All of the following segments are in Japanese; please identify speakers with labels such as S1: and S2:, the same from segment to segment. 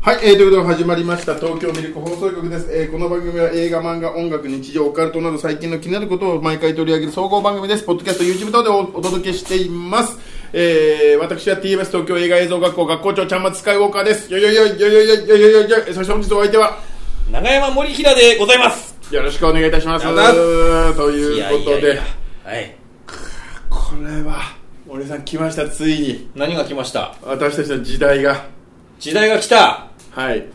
S1: はい、えー、ということで始まりました東京ミルク放送局です、えーこの番組は映画、漫画、音楽、日常、オカルトなど最近の気になることを毎回取り上げる総合番組ですポッドキャスト、YouTube 等でおお届けしています、えー、私は TBS 東京映画映像学校学校長ちゃんまつスカイウォーカーですよいよいよいよいよいよいよいよいよいよいよそして本日お相手は
S2: 長山森平でございます
S1: よろしくお願いいたします
S2: ありがと
S1: ということで
S2: はい
S1: これは森さん来ましたついに
S2: 何が来ました
S1: 私たちの時代が
S2: 時代が来た
S1: はい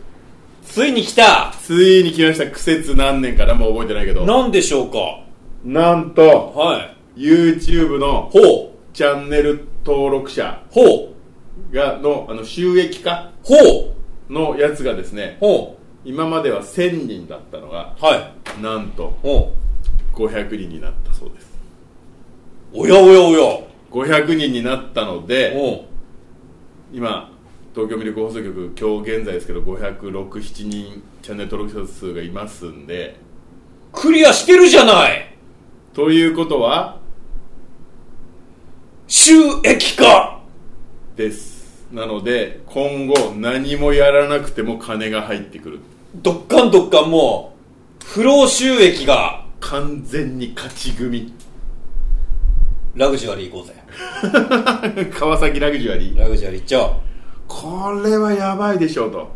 S2: ついに来た
S1: ついに来ました苦節何年かなもう覚えてないけど
S2: 何でしょうか
S1: なんと
S2: はい
S1: YouTube の
S2: ほう
S1: チャンネル登録者
S2: ほう
S1: がのあの収益化
S2: ほう
S1: のやつがですね
S2: ほ
S1: 今までは1000人だったのが
S2: うはい
S1: なんと
S2: ほ
S1: 500人になったそうです
S2: うおやおやおや
S1: 500人になったので
S2: ほ
S1: 今東京ミルク放送局今日現在ですけど5067人チャンネル登録者数がいますんで
S2: うクリアしてるじゃない
S1: ということは
S2: 収益化
S1: ですなので今後何もやらなくても金が入ってくる
S2: どっかんどっかんもう不労収益が
S1: 完全に勝ち組
S2: ラグジュアリー行こうぜ
S1: 川崎ラグジュアリー
S2: ラグジュアリー行っちゃおう
S1: これはやばいでしょうと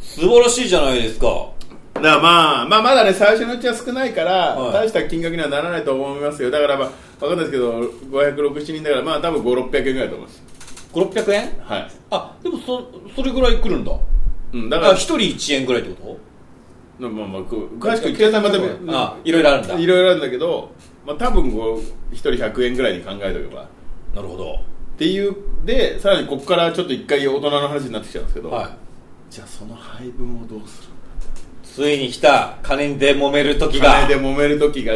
S2: 素晴らしいじゃないですか
S1: だからまあ、まあまだね最初のうちは少ないから、
S2: はい
S1: 大した金額にはならないと思いますよだからまあ分かんないですけど567人だからまあ多分5600円ぐらいだと思います
S2: 5600円
S1: はい、
S2: あでもそそれぐらい来るんだ
S1: うん、
S2: だ
S1: だ
S2: か
S1: からら
S2: 一人1円ぐらいってこ
S1: まあまあこう詳しく計算までも
S2: とあいろいろあるんだ
S1: いろいろあるんだけど、まあ、多分こう1人100円ぐらいに考えとけばっ
S2: なるほど
S1: ていうでさらにここからちょっと一回大人の話になってきちゃうんですけど、
S2: は
S1: じゃあその配分をどうする
S2: いついに来た金で揉める時が
S1: 金で揉める時が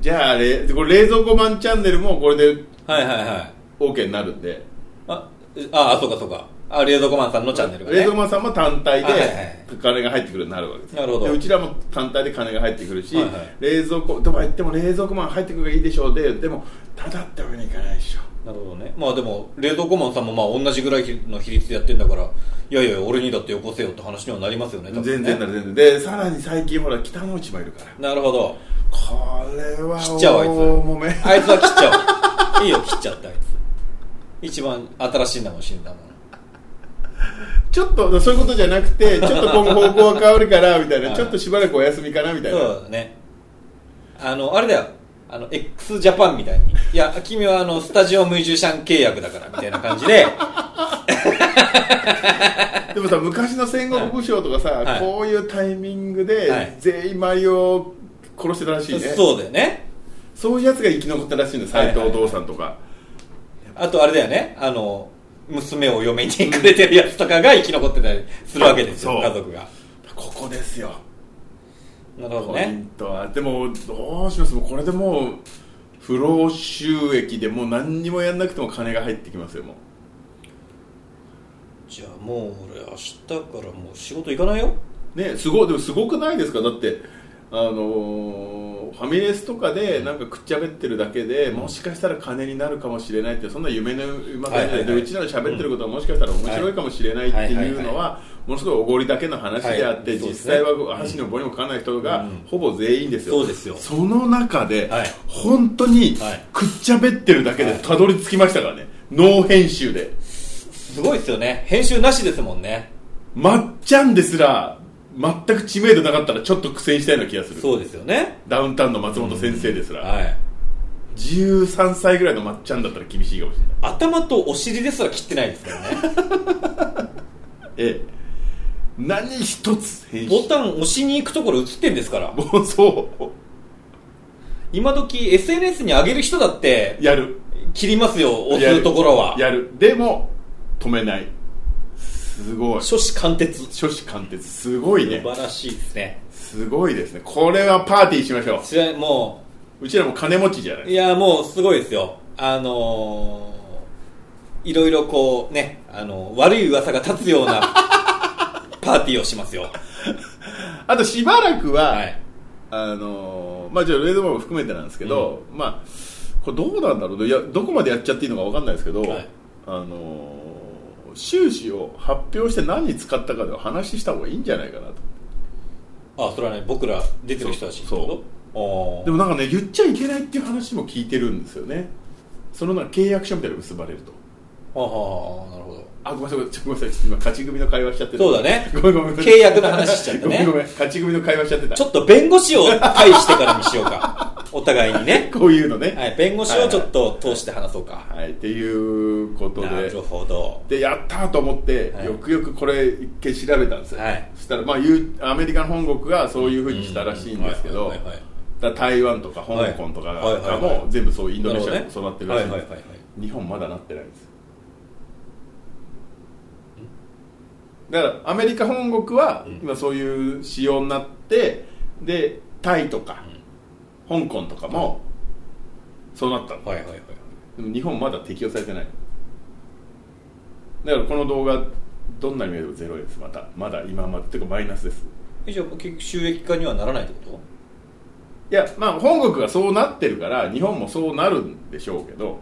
S1: じゃあれこれ冷蔵庫マンチャンネルもこれで
S2: はいはいはい
S1: OK になるんで
S2: あああそうかそうかあ冷蔵庫マンさんのチャンネルがね
S1: 冷蔵マンさんも単体
S2: はいはいはい
S1: で金が入ってくるようになるわけです
S2: なるほど
S1: でうちらも単体で金が入ってくるし、
S2: はいはい
S1: 冷蔵庫とは言っても冷蔵庫マン入ってくるがいいでしょうででもただってわけにいかないでしょ
S2: なるほどねまあでも冷蔵庫マンさんもまあ同じぐらいの比率でやってんだからいやいや俺にだってよこせよって話にはなりますよね多分ね
S1: 全然なる全然でさらに最近ほら北の内もいるから
S2: なるほど
S1: これは
S2: 切っちゃうあいつ
S1: 大揉め
S2: あいつは切っちゃおういいよ切っちゃってあいつ一番新しい名も死んだもん
S1: ちょっとそういうことじゃなく てちょっと今後方向が変わるからみたい
S2: は
S1: ないちょっとしばらくお休みかなみたいな
S2: そうだねあのあれだよあの x ジャパンみたいにいや君はあのスタジオミュージシャン契約だからみたいな感じ で
S1: でもさ昔の戦国武将とかさ、
S2: はい
S1: こういうタイミングで
S2: はい
S1: 全員周りを殺してたらしいね、
S2: そうだよね
S1: そういうやつが生き残ったらしいの
S2: はい
S1: 斎
S2: はい
S1: 藤道さんとか、
S2: あとあれだよねあの娘を嫁にくれてるやつとかが生き残ってたりするわけですよ
S1: そう
S2: 家族が
S1: ここですよ
S2: なるほど
S1: ポイ
S2: ね
S1: ントは、でもどうしますもうこれでもう不労収益でもう何にもやんなくても金が入ってきますよもう
S2: じゃあもう俺明日からもう仕事行かないよ
S1: ねすごいでもすごくないですかだってあのーファミレスとかでなんかくっちゃべってるだけで、もしかしたら金になるかもしれないってそんな夢のまで,、
S2: はいはいはい
S1: でうちらの喋ってることはもしかしたら面白いかもしれないっていうのは,、ものすごいおごりだけの話であって、
S2: はいそう
S1: 実
S2: ですね
S1: 際は箸の棒にもかかんない人が、
S2: うん
S1: ほぼ全員ですよ
S2: そうですよ
S1: その中で、
S2: はい
S1: 本当に
S2: はい
S1: くっちゃべってるだけで
S2: はい
S1: たどり着きましたからね脳編集です
S2: ごいですよね編集なしですもんね
S1: まっちゃんですら全く知名度なかったらちょっと苦戦したような気がする
S2: そうですよね
S1: ダウンタウンの松本先生ですら、
S2: はい
S1: 13歳ぐらいのまっちゃんだったら厳しいかもしれない
S2: 頭とお尻ですら切ってないですからね
S1: ええ何一つ編
S2: ボ
S1: 集
S2: タン押しに行くところ映ってんですから
S1: もうそ
S2: 今時 SNS に上げる人だって
S1: うやる
S2: 切りますよ押
S1: やる
S2: すところは
S1: やるでも止めないすごい
S2: 書士貫徹素
S1: 初子貫徹すごいね
S2: 晴らしいですね
S1: すごいですねこれはパーティーしましょ
S2: それはも
S1: ううちらも金持ちじゃな
S2: う
S1: い
S2: いやもうすごいですよあのー、いろいろこうね、あの悪い噂が立つよ うなパーティーをしますよ
S1: あとしばらくは、
S2: はい
S1: あのーまあじゃあ冷蔵庫も含めてなんですけど、まあこれどうなんだろういやどこまでやっちゃっていいのかわかんないですけど、
S2: はい
S1: あのー収支を発表して何に使ったかでは話した方がいいんじゃないかなと
S2: あそれはね僕ら出てる人たち
S1: そうそう
S2: そ
S1: でもなんかね言っちゃいけないっていう話も聞いてるんですよねそのなんか契約書みたいなの結ばれると
S2: ああなるほど
S1: あごめんなさいごめんなさいごめんなさい今勝ち組の会話しちゃってる
S2: そうだね
S1: ごめんごめん
S2: 契約の話しちゃった
S1: ご
S2: ね
S1: めんごめん勝ち組の会話しちゃってた
S2: ちょっと弁護士を介してからにしよう かお互いにね、
S1: こういうのね
S2: はい、弁護士をちょっと通して話そうか、
S1: はい、っていうこと
S2: な
S1: で
S2: るほど
S1: でやったーと思って、
S2: はい
S1: よくよくこれ一回調べたんですよ、
S2: はい
S1: そしたら、まあ、ゆアメリカの本国がそういうふうにしたらしいんですけ
S2: うん
S1: ど
S2: はいはいはいはい
S1: だから台湾とか香港とか
S2: はいはいは
S1: が
S2: いはい
S1: もう全部そうインドネシア
S2: な
S1: で
S2: るほ
S1: 育
S2: どね
S1: ってるらしいん
S2: はい
S1: で
S2: はいはいは
S1: す日本まだなってないんですよだからアメリカ本国は
S2: うん
S1: 今そういう仕様になってでタイとか香港とかもそうなったの
S2: はいはいはいはい
S1: でも日本まだ適用されてないだからこの動画どんなに見えてもゼロ円ですまたまだ今までていうかマイナスです
S2: えじゃあ結局収益化にはならないってこ
S1: いやまあ本国がそうなってるから日本もそうなるんでしょうけど、
S2: と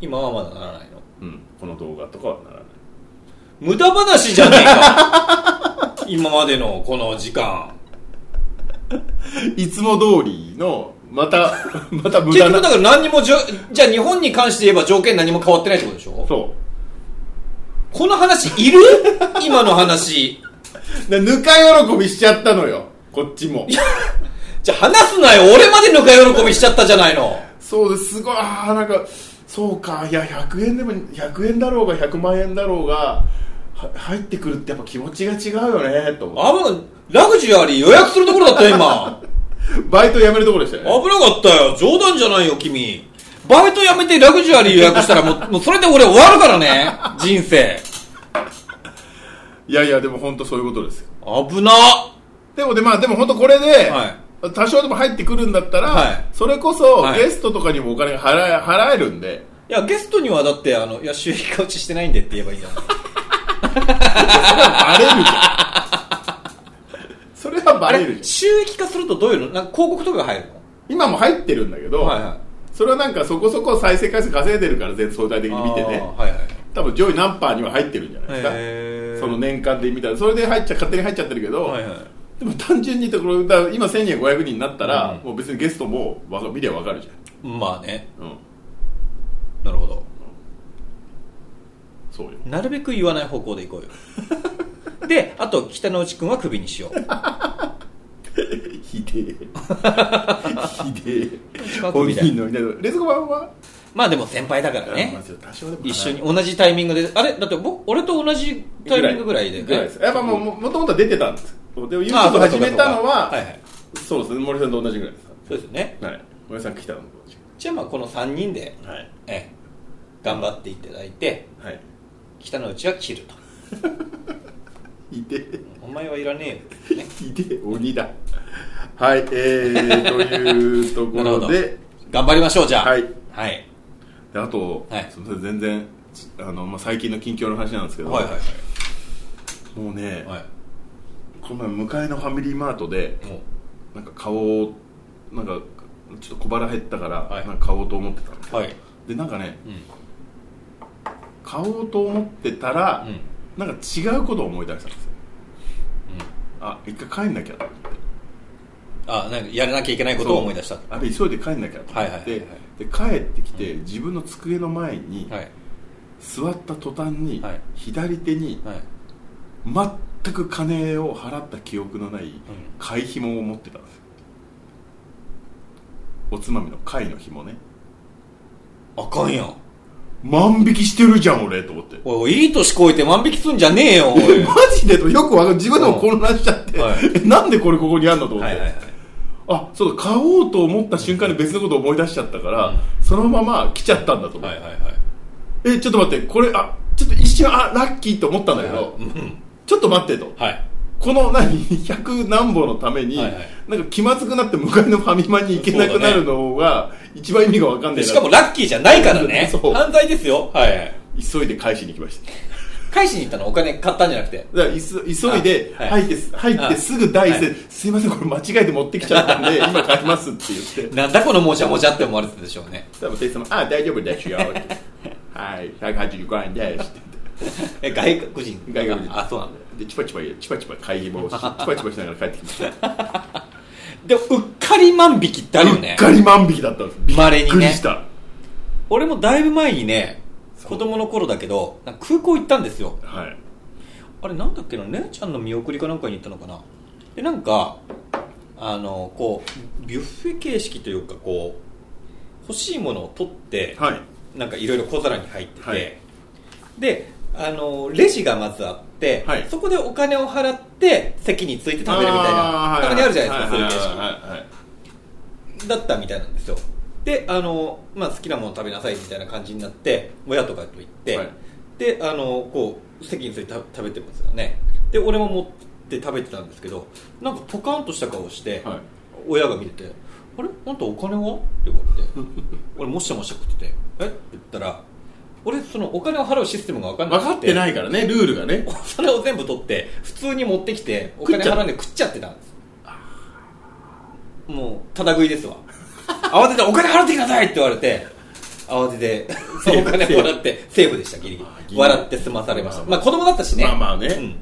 S2: 今はまだならないの
S1: うん、この動画とかはならない
S2: 無駄話じゃねえか 今までのこの時間
S1: いつも通りのまた また無
S2: 結
S1: 駄
S2: 局だ
S1: な
S2: から何にもじょじゃあ日本に関して言えば条件何も変わってないってことでしょ
S1: そ
S2: この話 いる今の話
S1: うでぬか喜びしちゃったのよこっちも
S2: じゃあ話すなよ俺までぬか喜びしちゃったじゃないの
S1: そうですすごいああなんかそうかいや100円でも100円だろうが100万円だろうがは入ってくるってやっぱ気持ちが違うよねと思って
S2: あのラグジュアリー予約するところだったよ今
S1: バイト辞めるところでした
S2: 危な
S1: よね
S2: かったよ冗談じゃないよ君バイト辞めてラグジュアリー予約したら もうもうそれで俺終わるからね人生
S1: いやいやでも本当そういうことですよ
S2: 危な
S1: でもでまあでも本当これで、
S2: はい
S1: 多少でも入ってくるんだったら、
S2: はい
S1: それこそ、
S2: はい
S1: ゲストとかにもお金が払え払えるんで
S2: いやゲストにはだってあのいや収益化落ちしてないんでって言えば いいじゃん
S1: それはバレるじゃん それはバ
S2: あ
S1: レる
S2: れ
S1: じ
S2: 収益化するとどういうのなんか広告とかが入るの
S1: ゃん今も入ってるんだけど、
S2: はいはい
S1: それはなんかそこそこ再生回数稼いでるから全相対的に見てね
S2: あーはいはい
S1: 多分上位何パーには入ってるんじゃないで
S2: へ
S1: す
S2: ー
S1: かその年間で見たらそれで入っちゃ勝手に入っちゃってるけど、
S2: はいはい
S1: でも単純に言うところだから今1000円500人になったら、
S2: うん
S1: もう別にゲストもわか見りゃ分かるじゃ
S2: まあね
S1: ん、うん、
S2: なるほど
S1: そうよ
S2: なるべく言わない方向でいこうよであと北之内くんはクビにしよ う
S1: ひでえ ひでえ
S2: 近く
S1: 本
S2: みたい
S1: 人のみたいなレズゴ版は
S2: まあでも先輩だから
S1: ま
S2: ね
S1: あ多少でも
S2: 一緒に同じタイミングであれだって僕俺と同じタイミングぐらいでね
S1: ぐらいですやっぱもうももともとは出てたんですでも YouTube
S2: ああそうかそ
S1: 始
S2: うか
S1: めたのは、
S2: はいはい
S1: そうですね森さんと同じぐらいです
S2: そうですよね
S1: はい森さん来たのと同じ
S2: じゃあまあこの3人で、
S1: はい
S2: ええ頑張っていただいて
S1: はい
S2: 北之内は切ると
S1: ひでえ
S2: お前はいらねえよ、ね、
S1: ひでえ鬼だはいえー、というとこ
S2: なるほ
S1: ろ
S2: ど
S1: で
S2: 頑張りましょうじゃあ
S1: はい、
S2: はい
S1: であと、
S2: はい
S1: すみません全然あの、まあ、最近の近況の話なんですけど、
S2: はいはいは
S1: もうね、
S2: いはい
S1: この前向かいのファミリーマートで
S2: もう
S1: なんか買おうなんかちょっと小腹減ったから、
S2: はい
S1: なんか買おうと思ってたの
S2: はい、
S1: でなんかね
S2: うん
S1: 買おうと思ってたら、なんか違うことを思い出したんですよあ一回帰んなきゃと思って
S2: あなんかやらなきゃいけないことを思い出した
S1: そうあれ急いで帰んなきゃと思って、
S2: はいはい
S1: で帰ってきて、自分の机の前に
S2: はい
S1: 座った途端に、
S2: はい
S1: 左手に
S2: はい
S1: 全く金を払った記憶のない貝紐を持ってたんですよおつまみの貝の紐ね
S2: あかんやん
S1: 万引きしてるじゃん俺と思って
S2: おいおいいい年こいて万引きすんじゃねえ よおい
S1: マジでとよくわかる自分でも混乱しちゃって、
S2: はい
S1: えなんでこれここにあんのと思って、
S2: はいはいはい
S1: あそうだ買おうと思った瞬間に別のことを思い出しちゃったから、
S2: うん
S1: そのまま来ちゃったんだと思う、
S2: はいはいはい
S1: えちょっと待ってこれあちょっと一瞬あラッキーと思ったんだけど、
S2: うん
S1: ちょっと待ってと
S2: はい
S1: この何100何本のために、
S2: はいはい
S1: なんか気まずくなって向かいのファミマに行けなくなるのが一番意味が分かんない
S2: で
S1: な
S2: しかもラッキーじゃないから ね
S1: そう
S2: 犯罪ですよはいはい
S1: 急いで返しに行きました
S2: 返しに行ったのお金買ったんじゃなくて
S1: だからいそ急いで
S2: あは
S1: 入
S2: い
S1: ってす、入ってすぐ第一声すいませんこれ間違えて持ってきちゃったんで今買いますって言って
S2: なんだこのもじゃもじゃって思われてたでしょうね
S1: 多分店員様あ大丈夫ですよってはい185円ですって言って
S2: え外国人
S1: 外国人
S2: あそうなんだよ
S1: でチパチパチパチパ会議をしチパチパしながら帰ってきました
S2: でもうっかり万引きってあるよ
S1: うっ
S2: ね
S1: かり万引きだったんですび
S2: 稀に
S1: っ
S2: ね
S1: くりした、
S2: 俺もだいぶ前にね
S1: そう
S2: 子供の頃だけどなんか空港行ったんですよ
S1: はい
S2: あれなんだっけな姉ちゃんの見送りかなんかに行ったのかなでなんかあのこうビュッフェ形式というかこう欲しいものを取って、
S1: はい
S2: なんかいろいろ小皿に入ってて、
S1: はい
S2: であのレジがまずあって、
S1: はい
S2: そこでお金を払って席について食べるみたいな
S1: ー
S2: たまにあるじゃないですか、
S1: はは
S2: そういう形式、
S1: はいはいはい
S2: だったみたいなんですよであの、まあ、好きなもの食べなさいみたいな感じになって親とかと言って、
S1: はい
S2: であのこう席について食食べてますよねで俺も持って食べてたんですけどなんかポカンとした顔して、
S1: はい
S2: 親が見てて「あれあんたお金は?」って言わ れて俺もしゃもしゃ食ってて「えっ?」て言ったら俺そのお金を払うシステムが分かんな
S1: 分
S2: く
S1: かって ないからねルールがね
S2: お皿を全部取って普通に持ってきてお金払うんで食っちゃってたんですもうただ食いです わ慌ててお金払ってきなさいって言われて慌 ててそのお金もらってセーフでしたギリギ
S1: あギ
S2: リ
S1: リ
S2: 笑って済まされました
S1: まあ
S2: まあ子供だったしね
S1: まあまあね
S2: うん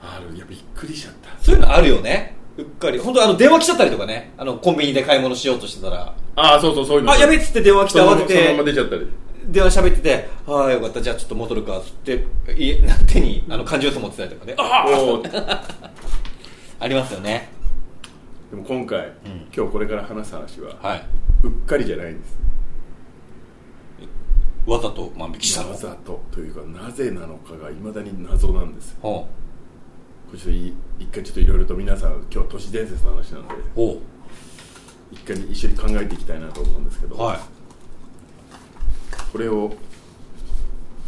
S1: あるいやびっくりしちゃった
S2: そういうのあるよねうっかり本当あの電話来ちゃったりとかねあのコンビニで買い物しようとしてたら
S1: ああそうそうそういうの
S2: あやべえっつって電話来て
S1: その
S2: 慌
S1: まま
S2: て
S1: そのまま
S2: て
S1: 出ちゃったり
S2: 電話喋ってて「ああよかったじゃあちょっと戻るか」っつって家なん手にあの缶ジュース持ってたりとかねあ
S1: おー
S2: ありますよね
S1: でも今回、
S2: ん
S1: 今日これから話す話は、
S2: はいう
S1: っかりじゃないんです
S2: わざと万引きしたの
S1: わざとというかなぜなのかがいまだに謎なんですよ
S2: ほ
S1: これちょっとい一回ちょっといろいろと皆さん今日都市伝説の話なんで
S2: うほ
S1: 一回一緒に考えていきたいなと思うんですけど、
S2: うはい
S1: これを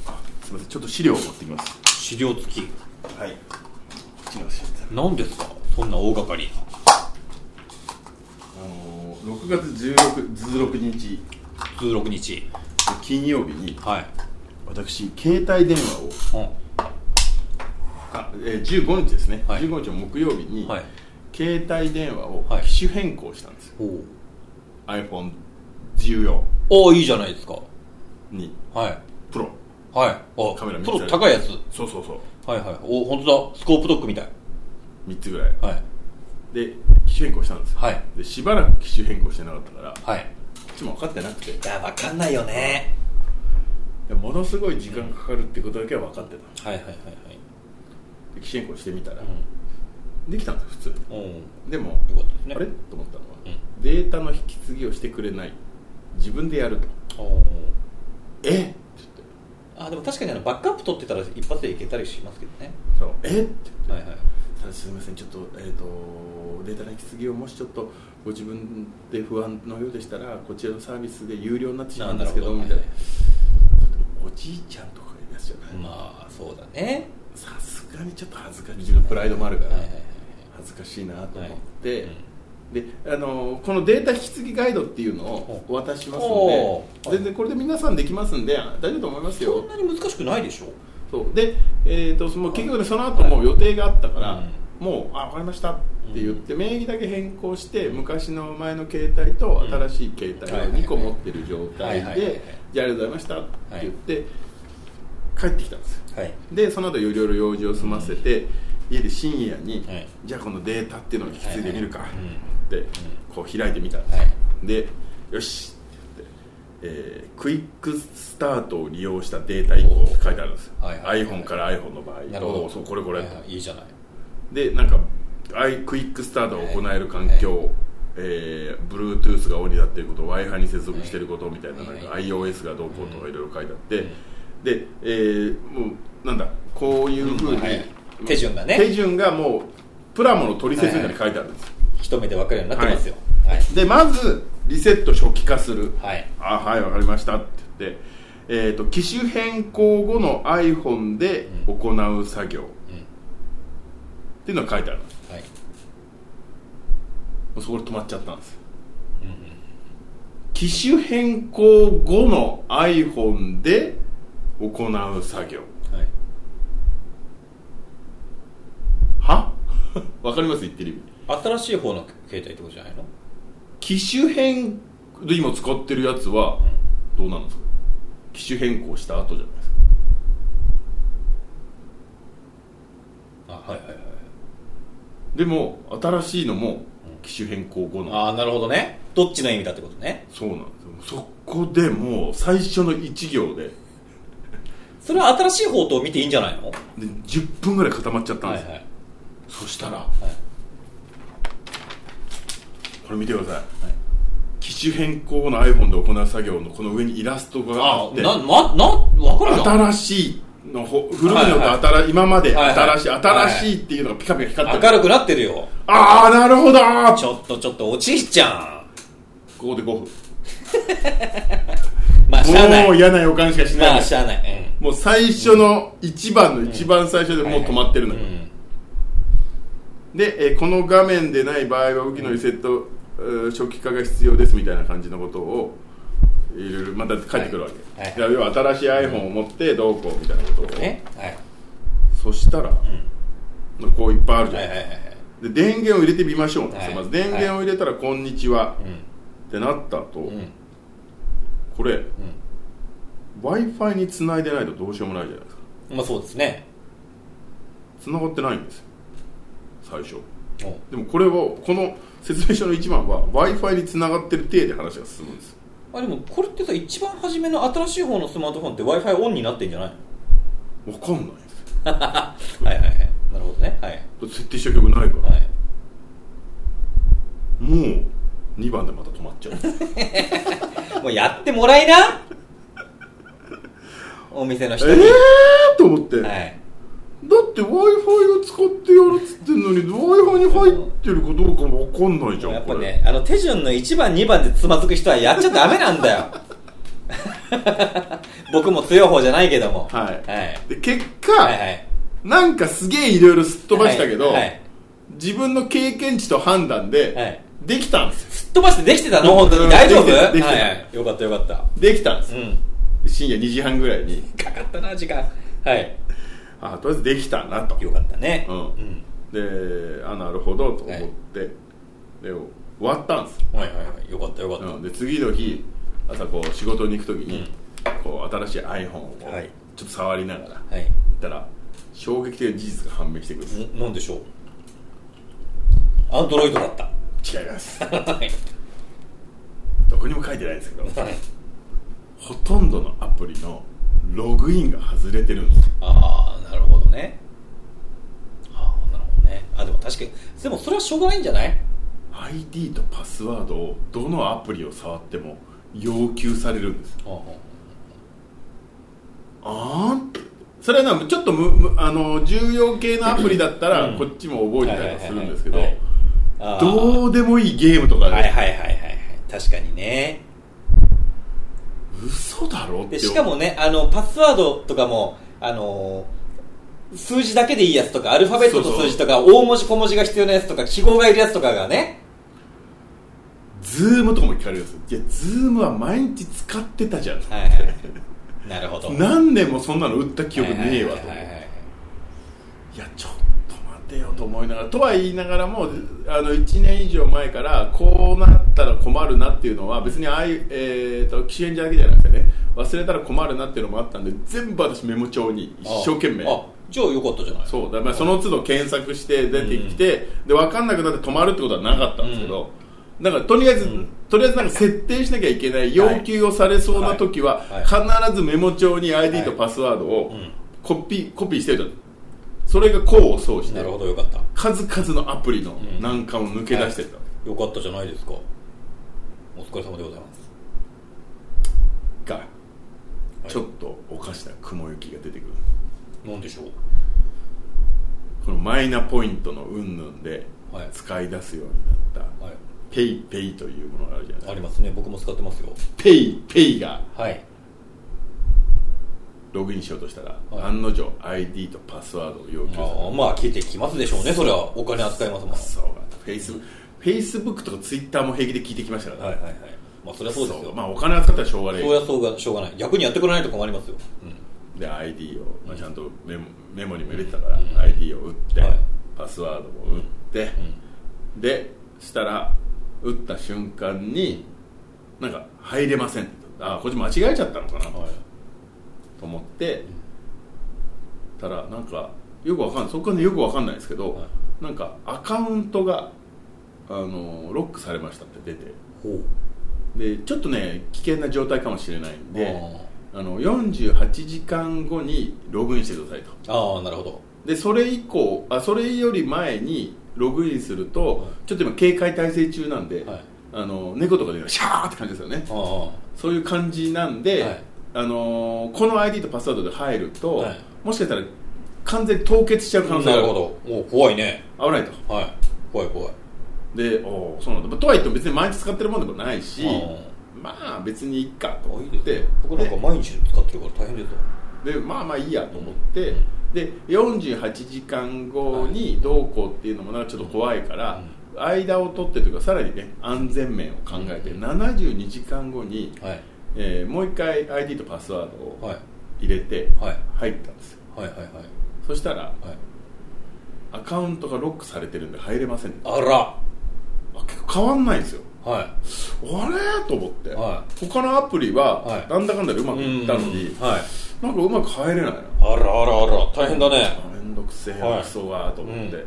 S1: あすみませんちょっと資料を持ってきます
S2: 資料付き
S1: はい資料資料
S2: 何ですかそんな大掛かり
S1: あのー6月16 16日
S2: 16日
S1: 金曜日に
S2: はい
S1: 私携帯電話を
S2: ほ
S1: あ、えー、15日ですね、
S2: はい
S1: 15日の木曜日に、
S2: うはい
S1: 携帯電話を
S2: はい
S1: 機種変更したんですよ、
S2: ほう
S1: iPhone14
S2: ああいいじゃないですか
S1: に
S2: はい
S1: プロ
S2: はいあ
S1: カメラ見
S2: プ
S1: て
S2: ロ
S1: る
S2: 高いやつ
S1: そうそうそう
S2: はいはいお本当だスコープドッグみたい
S1: 3つぐらい
S2: はい
S1: で機種変更したんですよ、
S2: はい
S1: でしばらく機種変更してなかったからこ
S2: はい
S1: っちも分かってなくて
S2: いや分かんないよね
S1: でものすごい時間かかるってことだけは分かってた
S2: はいはいはい
S1: で機種変更してみたら、
S2: はい
S1: できたんですよ普通
S2: うんうん
S1: でも
S2: よかったですね
S1: あれと思ったのは、
S2: う
S1: データの引き継ぎをしてくれない自分でやると
S2: おー
S1: えって言って
S2: あでも確かにあのバックアップ取ってたら一発でいけたりしますけどね
S1: そうえって
S2: はいはい
S1: ただすみませんちょっと,、えー、とデータの引き継ぎをもしちょっとご自分で不安のようでしたらこちらのサービスで有料になってしまうんですけど
S2: な
S1: みた
S2: るほ
S1: い
S2: ど
S1: なおじいちゃんとかいらっしゃるね
S2: まあそうだね
S1: さすがにちょっと恥ずかしい自分のプライドもあるから、
S2: はいはいはい
S1: 恥ずかしいなと思っ
S2: はい
S1: て、
S2: うん
S1: であのこのデータ引き継ぎガイドっていうのをお渡ししますの
S2: おー
S1: で全然これで皆さんできますんで大丈夫と思います
S2: そ
S1: よ
S2: んなに難しくないでしょ
S1: そうで、えー、とその結局ねその後もう予定があったから、
S2: はい
S1: もう「あ分かりました」って言って、名義だけ変更して昔の前の携帯と新しい携帯を2個持ってる状態
S2: はいはいはいはい
S1: で「じゃあありがとうございました」って言って、帰ってきたんですよ
S2: はい
S1: でその後いろいろ用事を済ませて、家で深夜に、
S2: はい
S1: じゃあこのデータっていうのを引き継いでみるか
S2: はいはいうん
S1: って、こう開いてみたんですよ、
S2: はい
S1: でよしって言って、えークイックスタートを利用したデータ移行って書いてあるんですよ、
S2: はいはいはい
S1: iPhone から iPhone の場合
S2: なるほど
S1: おーそうこれこれ、
S2: はいはいいいじゃない
S1: でなんかアイクイックスタートを行える環境、えー、Bluetooth がオンになっていること w i f i に接続していることみたいな,、
S2: はい
S1: なんか
S2: はい
S1: iOS がどうこうとかいろいろ書いてあって、
S2: うん
S1: で、えーもうなんだこういうふうに、
S2: うんはい手順がね
S1: 手順がもうプラモの取説みたいに書いてあるんですよ、
S2: 一目で分かるようになってますよはい
S1: でまずリセット初期化する、
S2: はい
S1: あはいわかりましたって言って、えー、と機種変更後の iPhone で行う作業、っていうのが書いてあるんです
S2: はい
S1: もうそこで止まっちゃったんですよ
S2: うんうん
S1: 機種変更後の iPhone で行う作業
S2: はい
S1: は わかります言ってる意味
S2: 新しい方の携帯ってことじゃないの
S1: 機種変で今使ってるやつはどうなんですか機種変更した後じゃないですかでも新しいのも機種変更後の
S2: ああなるほどねどっちの意味だってことね
S1: そうなんですよそこでもう最初の1行で
S2: それは新しい方と見ていいんじゃないの
S1: で10分ぐらい固まっちゃったん
S2: は
S1: で
S2: い
S1: す、
S2: はい
S1: そしたら、
S2: はい
S1: これ見てください、機種変更後の iPhone で行う作業のこの上にイラストがあ
S2: あ
S1: って
S2: なまなわかるじゃん
S1: 新しいのほ古いのと
S2: はいはい
S1: 新、今まで
S2: はいはい
S1: 新しい、
S2: はい
S1: 新しいっていうのがピカピカ光ってる、
S2: 明るくなってるよ
S1: ああなるほどー
S2: ちょっとちょっとおじいちゃ
S1: ここで5分
S2: んまあしゃあない
S1: もう嫌な予感しかしない、
S2: まあしゃあない
S1: もう最初の一番の一番最初でもう止まってるの
S2: う
S1: よ、
S2: ん、うん、
S1: で、えーこの画面でない場合は武器のリセット、うん初期化が必要ですみたいな感じのことをいろいろまた書いてくるわけ、
S2: はいはい
S1: いや要は新しい iPhone を持ってどうこうみたいなことを、
S2: ねはい
S1: そしたら、こういっぱいあるじゃ
S2: は
S1: ん、
S2: いはいはいはい
S1: で電源を入れてみましょう、
S2: はい
S1: まず電源を入れたら「こんにちは」
S2: う
S1: ってなったと、
S2: んうん
S1: これ、w i f i につないでないとどうしようもないじゃないですか
S2: まあそうですね
S1: つながってないんですよ最初
S2: お
S1: でもこれをこの説明書の一番は w i f i につながってる体で話が進むんです
S2: あでもこれってさ一番初めの新しい方のスマートフォンって w i f i オンになってんじゃないの
S1: わかんないんですよ
S2: はいはいはいなるほどねはい
S1: だって設定した曲ないから、
S2: はい
S1: もう2番でまた止まっちゃ う
S2: もうやってもらいなお店の
S1: え
S2: 人に、
S1: ーと思って、
S2: はい、
S1: だって w i f i を使ってやるっつってんのに w i f i に入ってるかどうかもわかんないじゃん
S2: やっぱ
S1: これ
S2: ねあの手順の1番2番でつまずく人はやっちゃダメなんだよ 僕も強い方じゃないけども
S1: はい
S2: はい
S1: で結果、
S2: はいはい
S1: なんかすげえいろいろすっ飛ばしたけど、
S2: はいはい
S1: 自分の経験値と判断で、
S2: はい
S1: できたんですよ
S2: すっ飛ばしてできてたの本当
S1: う
S2: に
S1: ん
S2: 大丈夫
S1: できてたできてた
S2: はいはい、よかったよかった
S1: できたんです
S2: う
S1: よ、
S2: ん
S1: 深夜2時半ぐらいに
S2: かかったな時間はい
S1: あとりあえずできたなと
S2: よかったね
S1: うん
S2: ん
S1: であなるほどと思って、で終わったんですよ、
S2: はいはいはいよかったよかった、
S1: うんで次の日朝こう仕事に行く時に、こう新しい iPhone を
S2: はい
S1: ちょっと触りながら行っ
S2: はい
S1: たら衝撃的な事実が判明してくるんです
S2: んなんでしょうアンドロイドだった
S1: 違います
S2: はい
S1: どこにも書いてないんですけど
S2: はい
S1: ほとんどのアプリのログインが外れてるんですよ
S2: ああなるほどねああなるほどねあでも確かにでもそれはしょうがないんじゃない
S1: ID とパスワードをどのアプリを触っても要求されるんです
S2: あ
S1: あーんそれはなちょっとむむあの重要系のアプリだったら
S2: うん
S1: こっちも覚えてたりはするんですけど
S2: はいはいあ
S1: どうでもいいゲームとか
S2: うはいはい
S1: で
S2: はいはいはい確かにね
S1: 嘘だろって
S2: でしかもねあのパスワードとかもあのー数字だけでいいやつとかアルファベッ
S1: そう
S2: トと
S1: そう
S2: 数字とか大文字小文字が必要なやつとか記号がいるやつとかがね
S1: ズームとかも聞かれるんですよいやズームは毎日使ってたじゃん
S2: はい はいなるほど
S1: 何年もそんなの打った記憶ねえわと
S2: は
S1: 思っ
S2: いは
S1: て
S2: いはいはい
S1: いやちょっと待てよと思いながらとは言いながらもあの1年以上前からこうなったら困るなっていうのは別にああいう、えー、と機嫌だけじゃなくてね忘れたら困るなっていうのもあったんで全部私メモ帳に一生懸命
S2: ああじゃあよかったじゃない
S1: そうだからその都度検索して出てきて、で分かんなくなって止まるってことはなかったんですけど、だからとりあえず、とりあえずなんか設定しなきゃいけない要求をされそうな時は、
S2: はいは
S1: 必ずメモ帳に ID と
S2: はい
S1: パスワードを
S2: ん
S1: コピーコピーしてるじゃんそれが功を奏して
S2: なるほどよかった
S1: 数々のアプリの難関を抜け出してった、
S2: よかったじゃないですかお疲れ様でございます
S1: が、ちょっとおかしな雲行きが出てくる
S2: なんでしょう
S1: このマイナポイントの云々で
S2: はい
S1: 使い出すようになった、
S2: はい
S1: ペイペイというものがあるじゃないですか
S2: ありますね僕も使ってますよ
S1: ペイペイが
S2: はい
S1: ログインしようとしたら、
S2: はい
S1: 案の定 ID とパスワードを要求され
S2: ああ
S1: る
S2: まあ聞いてきますでしょうねそれはお金扱いますもん
S1: そうかフェイスフェイスブックとかツイッターも平気で聞いてきましたからね、
S2: はいはいはいまあそりゃそうですよ
S1: まあお金扱ったらしょうがない
S2: そうやそうがしょうがない逆にやってくれないと困りますよ、うん、
S1: で ID を、まあ、ちゃんとメモメモにも入れてたから、ID を打って、
S2: はい
S1: パスワードも打って、でしたら打った瞬間になんか入れませんってああこっち間違えちゃったのかな、
S2: はい
S1: と思ってたらなんかよくわかんないそこからねよくわかんないですけど、
S2: はい
S1: なんかアカウントがあのロックされましたって出て
S2: ほ
S1: でちょっとね危険な状態かもしれないん
S2: う
S1: であの48時間後にログインしてくださいと
S2: あーあーなるほど
S1: でそれ以降あそれより前にログインするとちょっと今警戒態勢中なんで、
S2: はい
S1: あの猫とかでシャーって感じですよね
S2: あ
S1: そういう感じなんで、
S2: はい
S1: あのーこの ID とパスワードで入ると、
S2: はい
S1: もしかしたら完全に凍結しちゃう可
S2: あ
S1: 能性
S2: な
S1: があ
S2: る
S1: る
S2: ほどもう怖いね
S1: 危ないと
S2: はい怖い怖い
S1: でおーそうなんだまあとはいっても別に毎日使ってるもんでもないし
S2: う
S1: まあ別にいいかと
S2: あ
S1: 思
S2: い
S1: っ
S2: いです
S1: て
S2: ね僕なんか毎日使ってるから大変です
S1: で
S2: よ
S1: まあまあいいやと思って、
S2: うん
S1: で48時間後にどうこうっていうのもなんかちょっと怖いから、間を取ってというかさらにね安全面を考えて、
S2: うん
S1: 72時間後に、
S2: はい
S1: えーもう一回 ID とパスワードを
S2: はい
S1: 入れて
S2: はい
S1: 入ったんですよ
S2: はいはいはい
S1: そしたら
S2: はい
S1: アカウントがロックされてるんで入れませんあ
S2: あら
S1: 結構変わんないんですよ
S2: は
S1: あれと思って、
S2: は
S1: 他のアプリ
S2: は
S1: はいなんだかんだでう
S2: い
S1: まくいったのに、
S2: うんはい
S1: なんかうまく入れないな
S2: あらあらあら大変だね
S1: あめんどくせえ
S2: はい
S1: なクソがと思って、
S2: うん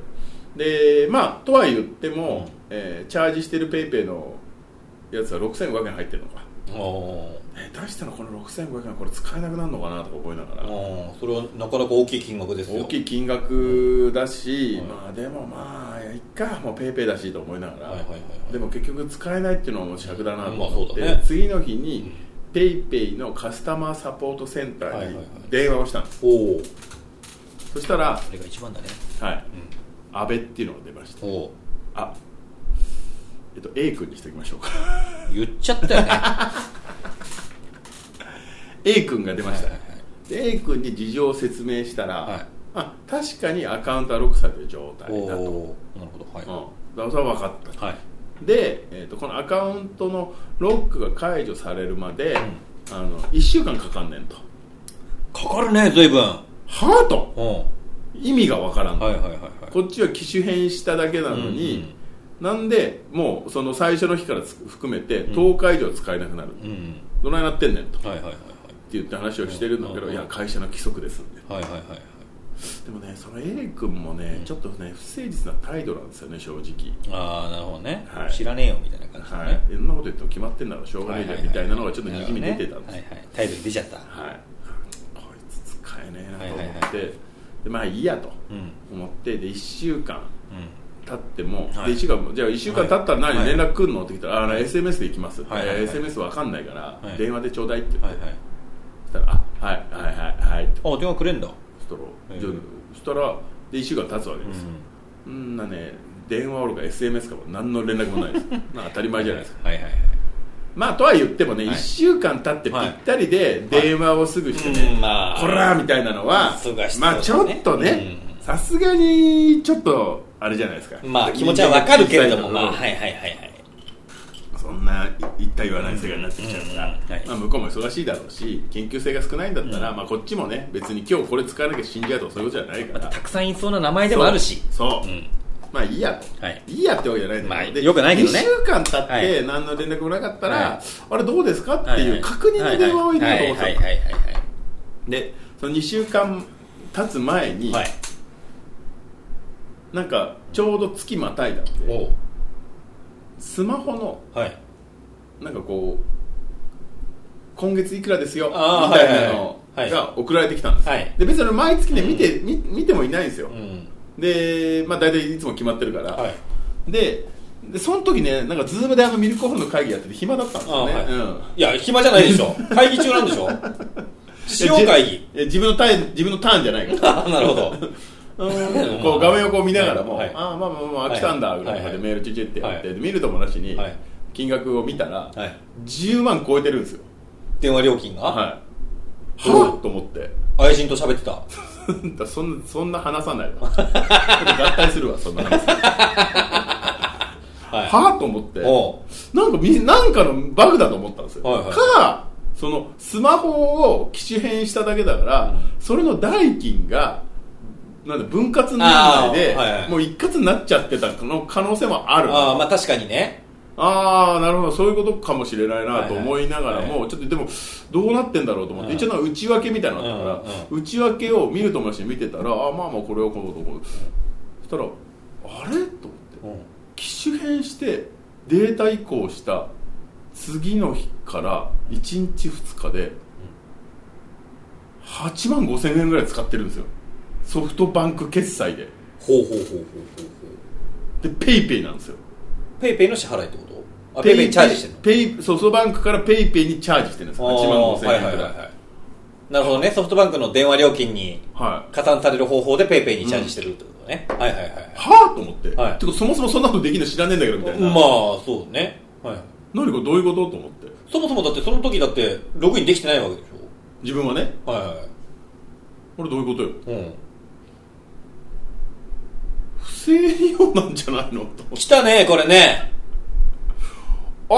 S1: でまあとは言っても、
S2: うん
S1: えーチャージしてるペイペイのやつは6500円入ってるのか
S2: おー
S1: えー出したらこの6500円これ使えなくなるのかなとか覚えながら
S2: あーそれはなかなか大きい金額ですよ
S1: 大きい金額だし、
S2: うん
S1: まあでもまあいやいっかもうペイペイだしと思いながら、
S2: はいはいはいはい
S1: でも結局使えないっていうのはもう尺だなと思って、
S2: まあそうだね
S1: 次の日にペイペイのカスタマーサポートセンタ
S2: はい
S1: ー
S2: はいは
S1: に
S2: い
S1: 電話をしたんです、
S2: おお
S1: そしたら
S2: あれが一番だね
S1: 「はい
S2: うん
S1: 安倍」っていうのが出ました
S2: おお
S1: あえっと A 君にしておきましょうか
S2: 言っちゃったよ ね
S1: A 君が出ました、
S2: はいはいはい
S1: で A 君に事情を説明したら、
S2: はい
S1: あ確かにアカウントはロックされてる状態
S2: お
S1: だと、うん、
S2: おなるほどは
S1: だ
S2: い
S1: からそれは分かった
S2: はい
S1: で、えー、とこのアカウントのロックが解除されるまで、あの1週間かかんねんと
S2: かかるね随分うん
S1: はあと
S2: は
S1: 意味がわからん
S2: い
S1: の、
S2: はいはいはい
S1: こっちは機種変しただけなのに、なんでもうその最初の日からつ含めて10日以上使えなくなる、
S2: うんうん
S1: どないなってんねんとって
S2: はいはいはいはい
S1: 言って話をしてるんだけど、
S2: うん
S1: いや会社の規則ですんで
S2: はいはいはいはい
S1: でもねその A 君もね、ちょっとね不誠実な態度なんですよね正直
S2: ああなるほどね、
S1: はい
S2: 知らねえよみたいな感じだ
S1: は
S2: ね、
S1: い、そんなこと言っても決まってんだろしょうがねえじゃんみたいなのがちょっとにじみ出てたんです
S2: はいはい、態度に出ちゃった、
S1: はい、こいつ使えねえなと思って、
S2: はいはい
S1: でまあいいやと
S2: うん
S1: 思ってで1週間
S2: う
S1: 経っても、
S2: はい
S1: で1週間もじゃあ1週間経ったら何、
S2: はい
S1: 連絡来るのって来たら「あー SMS で行きます」
S2: はいはいはい
S1: いや SMS わかんないから、
S2: はい
S1: 電話でちょうだい」って言っ
S2: ん、
S1: て、
S2: はいはい
S1: そしたら「あはいはいはいはい」って
S2: あ電話くれんだ
S1: そしたら
S2: ええ
S1: じゃあそしたらで1週間経つわけですよ、そんなね電話おるか SMS かも何の連絡もない ですまあ当たり前じゃないですか
S2: はいはいはい
S1: まあとは言ってもね、
S2: はい
S1: 1週間経ってぴったりで電話をすぐしてね、
S2: うんまあ
S1: こらみたいなのは
S2: 忙しそうだね
S1: まあちょっとね
S2: うん
S1: さすがにちょっとあれじゃないですか
S2: まあ気持ちはわかるけれども
S1: うん
S2: まあはいはいはいはい
S1: そんな一体言わない世界になってきちゃうから、
S2: うんうんはい
S1: まあ、向こうも忙しいだろうし研究性が少ないんだったら、まあ、こっちもね別に今日これ使わなきゃ死んじゃうとかそういうことじゃないか
S2: また
S1: ら
S2: たくさんいそうな名前でもあるし
S1: そう、
S2: ん
S1: まあいいやと、
S2: はい
S1: いやってわけじゃないんだ
S2: まあ
S1: で
S2: よくないけどね
S1: 2週間経
S2: は
S1: って
S2: い
S1: 何の連絡もなかったら、
S2: はい
S1: あれどうですかっていう確認の電話を入れようと思
S2: は
S1: っ
S2: い
S1: て
S2: はいはいはいはいは
S1: たでその2週間経つ前に、
S2: いはい
S1: なんかちょうど月またいだんで
S2: おう
S1: スマホの
S2: はい
S1: なんかこう今月いくらですよみ
S2: あー
S1: たいなの
S2: はいはいはい
S1: が送られてきたんです、
S2: はい
S1: で別に毎月ね見て、み見てもいないんですよ、
S2: うん
S1: で、まあ、大体いつも決まってるから、
S2: はい
S1: ででその時ねなんかズームであのミルクホールの会議やってて暇だったんですよね、
S2: あはい
S1: うん
S2: いや暇じゃないでしょ会議中なんでしょ使用会議
S1: いや自分のターン自分のターンじゃないから
S2: あなるほど
S1: うんこう画面をこう見ながらも、
S2: はい
S1: ああまあまあまあ飽きたんだ
S2: はい
S1: ぐらいま
S2: は
S1: で
S2: いはい
S1: メールチュチュってやって、
S2: は
S1: で見るともなしに
S2: はい
S1: 金額を見たら、
S2: はい
S1: 10万超えてるんですよ
S2: 電話料金が、
S1: はい
S2: はあ
S1: はぁと思って
S2: 愛人と喋ってた
S1: だそんなそんな話さないわちょっと合体するわそんな話は
S2: はい
S1: ぁと思って
S2: おう
S1: なんかみなんかのバグだと思ったんですよ、
S2: はいはい
S1: かそのスマホを機種変しただけだから、それの代金がなんだ分割年内で、
S2: あーはいはい
S1: もう一括になっちゃってたの可能性もある
S2: ああまあ確かにね
S1: ああなるほどそういうことかもしれない
S2: はい
S1: な
S2: はい
S1: と思いながらも、
S2: は
S1: ちょっとでもどうなってんだろうと思って、
S2: うん
S1: 一応なんか内訳みたいなのあったから、内訳を見る友達に見てたらあまあまあこれはこのとこそしたらああれと思って
S2: うん
S1: 機種変してデータ移行した次の日から1日2日で8万5千円ぐらい使ってるんですよソフトバンク決済で
S2: ほうほうほうほうほうほう
S1: でペイペイなんですよ
S2: ペイペイの支払いってことあペイペイチャージしてるの
S1: ペイソフトバンクからペイペイにチャージしてるんです8万5千円ぐらい
S2: あーはいはいはいはいなるほどねソフトバンクの電話料金に
S1: はい
S2: 加算される方法でペイペイにチャージしてるってことね、はいはいはいはい
S1: はあと思って、
S2: はい
S1: てかそもそもそんなことできるの知らねえんだけどみたいな、
S2: まあそうね、はい、
S1: 何これどういうことと思って
S2: そもそもだってその時だってログインできてないわけでし
S1: 自分はね
S2: ょは
S1: これどういうことよ
S2: いはいうん
S1: 不正利用なんじゃないのと
S2: 来たねこれね
S1: あ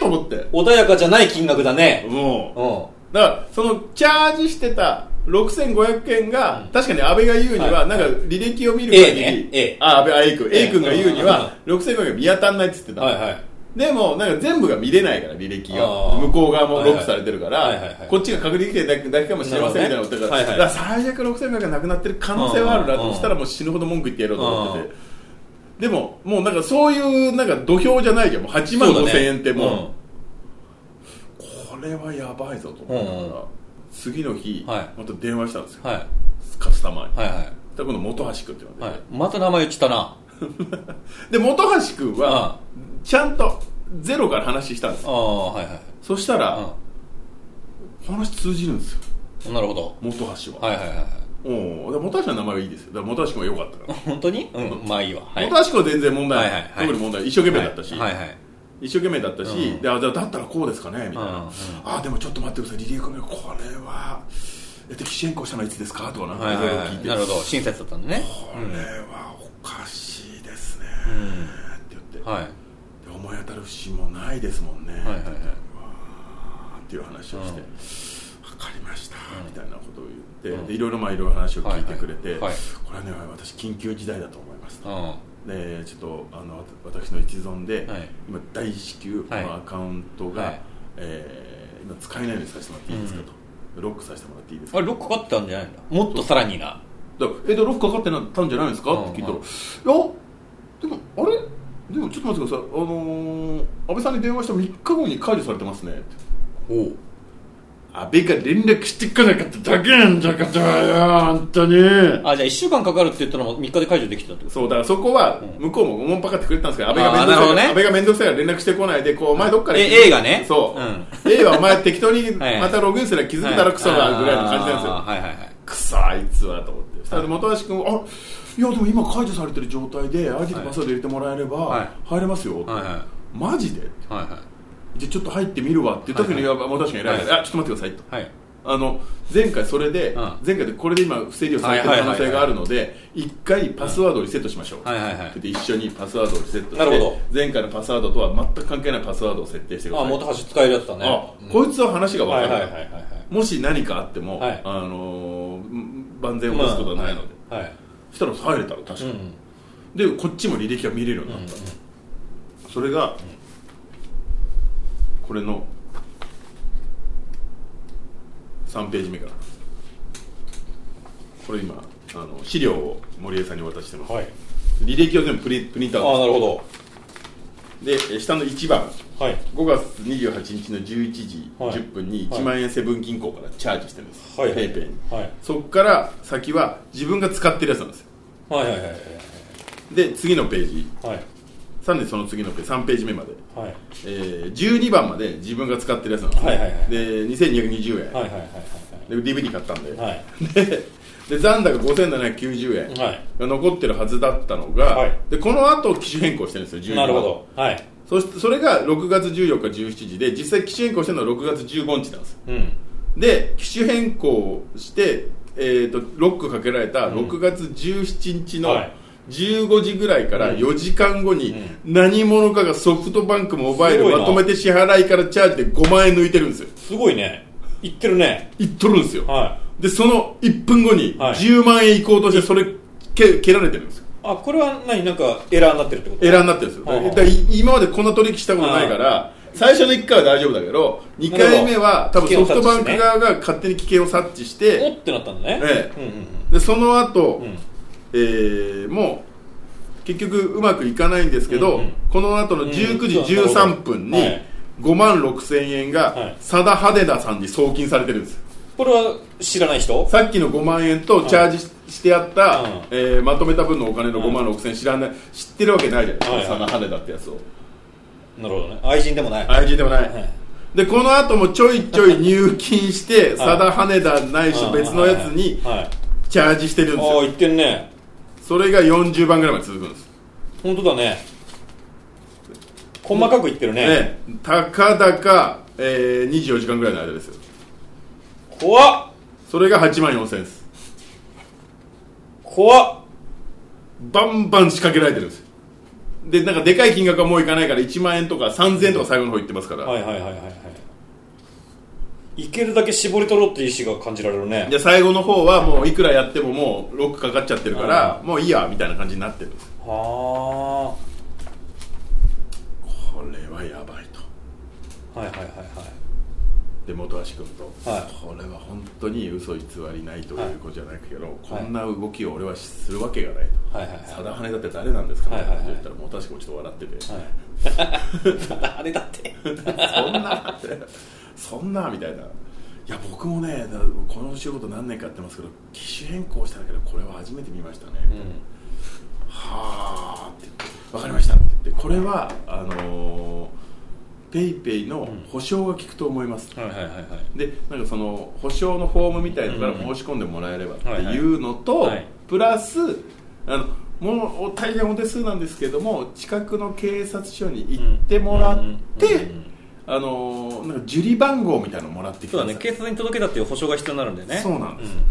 S1: れーと思って
S2: 穏やかじゃない金額だね
S1: もう
S2: うん
S1: だからそのチャージしてた6500円が、
S2: うん
S1: 確かに安倍が言うには、
S2: はい
S1: なんか履歴を見る限り、
S2: A ね A
S1: あ安倍あ A 君 A 君が言うには、6500円見当たんないっつってた、
S2: はいはい
S1: でもなんか全部が見れないから履歴が
S2: あー
S1: 向こう側もロックされてるから、
S2: はいはいはいはい
S1: こっちが確認できてるだけかもしれませんみたいなことだから,、
S2: なるほどねはいは
S1: だ
S2: い
S1: から最悪6500円がなくなってる可能性はあるな
S2: うん
S1: としたらもう死ぬほど文句言ってやろうと思ってて。でも、もうなんかそういうなんか土俵じゃないじゃん。もう8万5千円ってもう、これはやばいぞと思ったから、
S2: うん
S1: 次の日、
S2: は
S1: また電話したんですよ、
S2: はい
S1: カスタマーに、
S2: はいは
S1: でこの本橋君って言
S2: い
S1: わ
S2: は
S1: れ
S2: いまた名前言ってたな
S1: て、で本橋君はちゃんとゼロから話したんです
S2: ああはいはい
S1: そしたら、
S2: あ
S1: 話通じるんですよ
S2: なるほど
S1: 本橋は、
S2: はいはいはいはい
S1: おうで本橋の名前がいいですよだから本橋君は良かったから、
S2: 本当にうんまあいいわはい
S1: 本橋君は全然問題ない、
S2: はいはいはい
S1: 特に問題ない一生懸命だったし、
S2: はいはいはい
S1: 一生懸命だったし、
S2: うん
S1: であじゃあだったらこうですかねみたいな、
S2: うんうん
S1: あでもちょっと待ってくださいリリー君これはえっと機種変更したのはいつですかとかなんか
S2: はいい
S1: ろ
S2: はい
S1: ろ
S2: いは
S1: 聞い
S2: い
S1: て、
S2: なるほど親切だったんだね
S1: これはおかしいですね、って言って
S2: はい
S1: で思い当たる節もないですもんね、
S2: はいはいはい
S1: っていう話をして、
S2: うん
S1: 分かりました、みたいなことを言って、
S2: うん
S1: でいろいろまあいろいろ話を聞いてくれて、
S2: はいはいはい
S1: これはね私緊急事態だと思います
S2: う
S1: と、
S2: んは
S1: でちょっとあのわた私の一存で、
S2: はい
S1: 今大至急こ
S2: はい
S1: のアカウントが、
S2: はい
S1: えー今使えないようにさせてもらっていいですかと、ロックさせてもらっていいです
S2: あ
S1: か
S2: れ6かかってたんじゃないんだもっとさらにな
S1: だからえでロックかかってなったんじゃないですか?」
S2: うん
S1: って聞いたら「
S2: う
S1: い
S2: ん
S1: やでもあれでもちょっと待ってくださいあのー、安倍さんに電話した3日後に解除されてますね」って
S2: おう
S1: 安倍が連絡してこなかっただけなんだからよ本当に
S2: あじゃあ1週間かかるって言ったのも3日で解除できてたってこと
S1: そうだからそこは
S2: うん
S1: 向こうもおもんぱかってくれてたんですけど安倍
S2: あ
S1: が
S2: ー
S1: 面倒くさいから、
S2: なるほどね
S1: 安倍が面倒くさいから連絡してこないでこうお前どっかで
S2: え A がね
S1: そう、
S2: うん
S1: A はお前適当に
S2: はい
S1: またログインすれば気づいたらクソだぐらいの感じなんですよ、
S2: あーはいはいはい
S1: くそあいつはと思ってそしたら本橋君は「あいやでも今解除されてる状態で ID とパスワード入れてもらえれ
S2: は
S1: ば
S2: い
S1: 入れますよ」
S2: はいはい
S1: マジで?」
S2: はい
S1: じゃあちょっと入ってみるわ」って言った時に
S2: は
S1: 本橋君偉いから「あ
S2: はい
S1: ちょっと待ってください」と。
S2: はいはい
S1: あの前回それで、
S2: うん
S1: 前回でこれで今不正利用されてる可能性があるので一回パスワードをリセットしましょう、
S2: はいはいはい
S1: で一緒にパスワードをリセットして
S2: なるほど
S1: 前回のパスワードとは全く関係ないパスワードを設定してくだ
S2: あ
S1: さい
S2: 元橋使えるやつだね
S1: あ
S2: うん
S1: こいつは話が分か
S2: はい
S1: る
S2: はい、はいはいはい
S1: もし何かあっても、
S2: はい
S1: あのー万全を期すことはないので、
S2: まあはいはい
S1: そしたら入れたら確か
S2: う
S1: に、
S2: ん
S1: でこっちも履歴が見れるようになった、それが、これの3ページ目からこれ今あの資料を森江さんにお渡ししてます、
S2: はい
S1: 履歴を全部プリプリント
S2: ああ
S1: ア
S2: な
S1: ウ
S2: るほ
S1: トでえ下の1番
S2: どはい
S1: 5月28日の11時
S2: はい
S1: 10分に
S2: はい
S1: 1万円セブン銀行からチャージしてるんです、
S2: はい
S1: ペイペイに
S2: はい
S1: そっから先は自分が使ってるやつなんですよ
S2: はいはいはいはい
S1: で次のページ
S2: はい
S1: さらにその次のページ3ページ目まで、
S2: はい
S1: えー、12番まで自分が使ってるやつなんです、ね
S2: はいはいはい
S1: で2220円、
S2: はいはいはい
S1: で DVD 買ったんで,、
S2: はいはい
S1: でで残高5790円
S2: はい
S1: が残ってるはずだったのが、
S2: はい
S1: でこの後機種変更してるんですよ12
S2: な
S1: 番
S2: るほどはい
S1: そしてそれが6月14日17時で実際機種変更してるのは6月15日なんです
S2: うん
S1: で機種変更して、えー、とロックかけられた6月17日の
S2: はい
S1: 15時ぐらいから
S2: うん
S1: 4時間後に何者かがソフトバンクモバイル
S2: すごいな
S1: まとめて支払いからチャージで5万円抜いてるんですよ
S2: すごいねいってるね
S1: いっとるんですよ
S2: は
S1: でその1分後に
S2: はい
S1: 10万円行こうとしてそれけ蹴られてるんですよ
S2: いあこれは何なんかエラーになってるってこと
S1: エラーになってるんですよ
S2: はいはい
S1: だからい今までこんな取引したことないから最初の1回は大丈夫だけど2回目は多分ソフトバンク側が勝手に危険を察知して
S2: おってなったんだね
S1: ええ
S2: うんうんうん
S1: でその後、
S2: ん
S1: えーもう結局うまくいかないんですけど、
S2: うんうん
S1: この後の19時13分に
S2: うんはい
S1: 5万6千円
S2: は
S1: が
S2: い
S1: 佐田派手田さんに送金されてるんです
S2: これは知らない人
S1: さっきの5万円とチャージししてあった、
S2: うん
S1: えーまとめた分のお金の5万6千円知らない知ってるわけないじゃないですか、
S2: はいはい
S1: 佐田派手田ってやつを
S2: なるほどね愛人でもない
S1: 愛人でもない、
S2: はい
S1: でこの後もちょいちょい入金して
S2: い
S1: 佐田羽田ないし別のやつに
S2: はいはい
S1: チャージしてるんです
S2: ああ
S1: よ
S2: 言ってんね
S1: それが40番ぐらいまで続くんです
S2: 本当だね細かく言ってるね
S1: ねたかだか、えー、24時間ぐらいの間ですよ
S2: 怖っ
S1: それが8万4000円です
S2: 怖っ
S1: バンバン仕掛けられてるんですよでなんかでかい金額はもういかないから1万円とか3000円とか最後の方いってますから、
S2: はいはいはいはいはいいけるだけ絞り取ろうっていう意思が感じられるね
S1: で最後の方はもういくらやってももうロックかかっちゃってるからもういいやみたいな感じになってるんです
S2: は
S1: これはやばいと
S2: あはいはいはいはい
S1: で本橋君と、
S2: はい
S1: これは本当に嘘偽りないということじゃないけど、
S2: い
S1: こんな動きを俺はするわけがないと。
S2: はいはいはい
S1: さだはねだって誰なんですか
S2: はいはいは
S1: っ
S2: い
S1: て言ったら本橋君ちょっと笑ってて、
S2: はいあれだって
S1: そんなってそんなみたいないや僕もねだこの仕事何年かやってますけど機種変更したんだけどこれは初めて見ましたね、
S2: うん
S1: はあって言って分かりましたって言ってこれはあのーペイペイの保証が効くと思います、
S2: はいはいはいはい
S1: でなんかその保証のフォームみたいのから
S2: うんうん
S1: 申し込んでもらえればって
S2: はいはい
S1: いうのと、
S2: はい
S1: プラスあのもう大変お手数なんですけども近くの警察署に行ってもらって、
S2: うんうんうんうん
S1: あのーなんか受理番号みたいなのもらってきて
S2: そうだね警察に届けたっていう保証が必要になるんだよね
S1: そうなんです、
S2: ん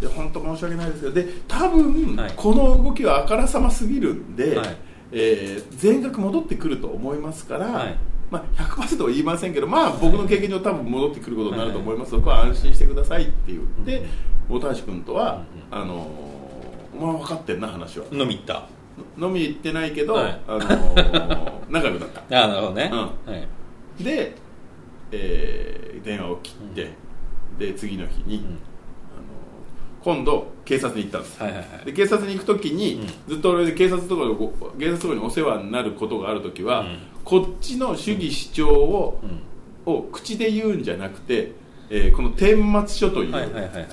S1: で本当申し訳ないですけどで多分、
S2: はい
S1: この動きはあからさますぎるんで、
S2: はい
S1: えー全額戻ってくると思いますから、
S2: はい
S1: まあ、100%は言いませんけど、まあ、僕の経験上多分戻ってくることになると思います、そこは安心してくださいって言って、
S2: うん
S1: 大橋君とは、
S2: う
S1: あのーお前分かってんな話は
S2: 飲み行ったあ
S1: 飲み行ってないけど、
S2: はい
S1: あの ー仲良くなった
S2: あなるほどね、
S1: うん
S2: はい、
S1: で、えー電話を切って、で次の日に、
S2: ん
S1: あの今度警察に行ったんです、
S2: はいはいはい
S1: で警察に行く時に、ずっと俺で警察とかでこう警察とかにお世話になることがある時は、
S2: うん
S1: こっちの主義主張を,、
S2: うん
S1: を口で言うんじゃなくて、えーこの顛末書という、
S2: はいはいはいはいはい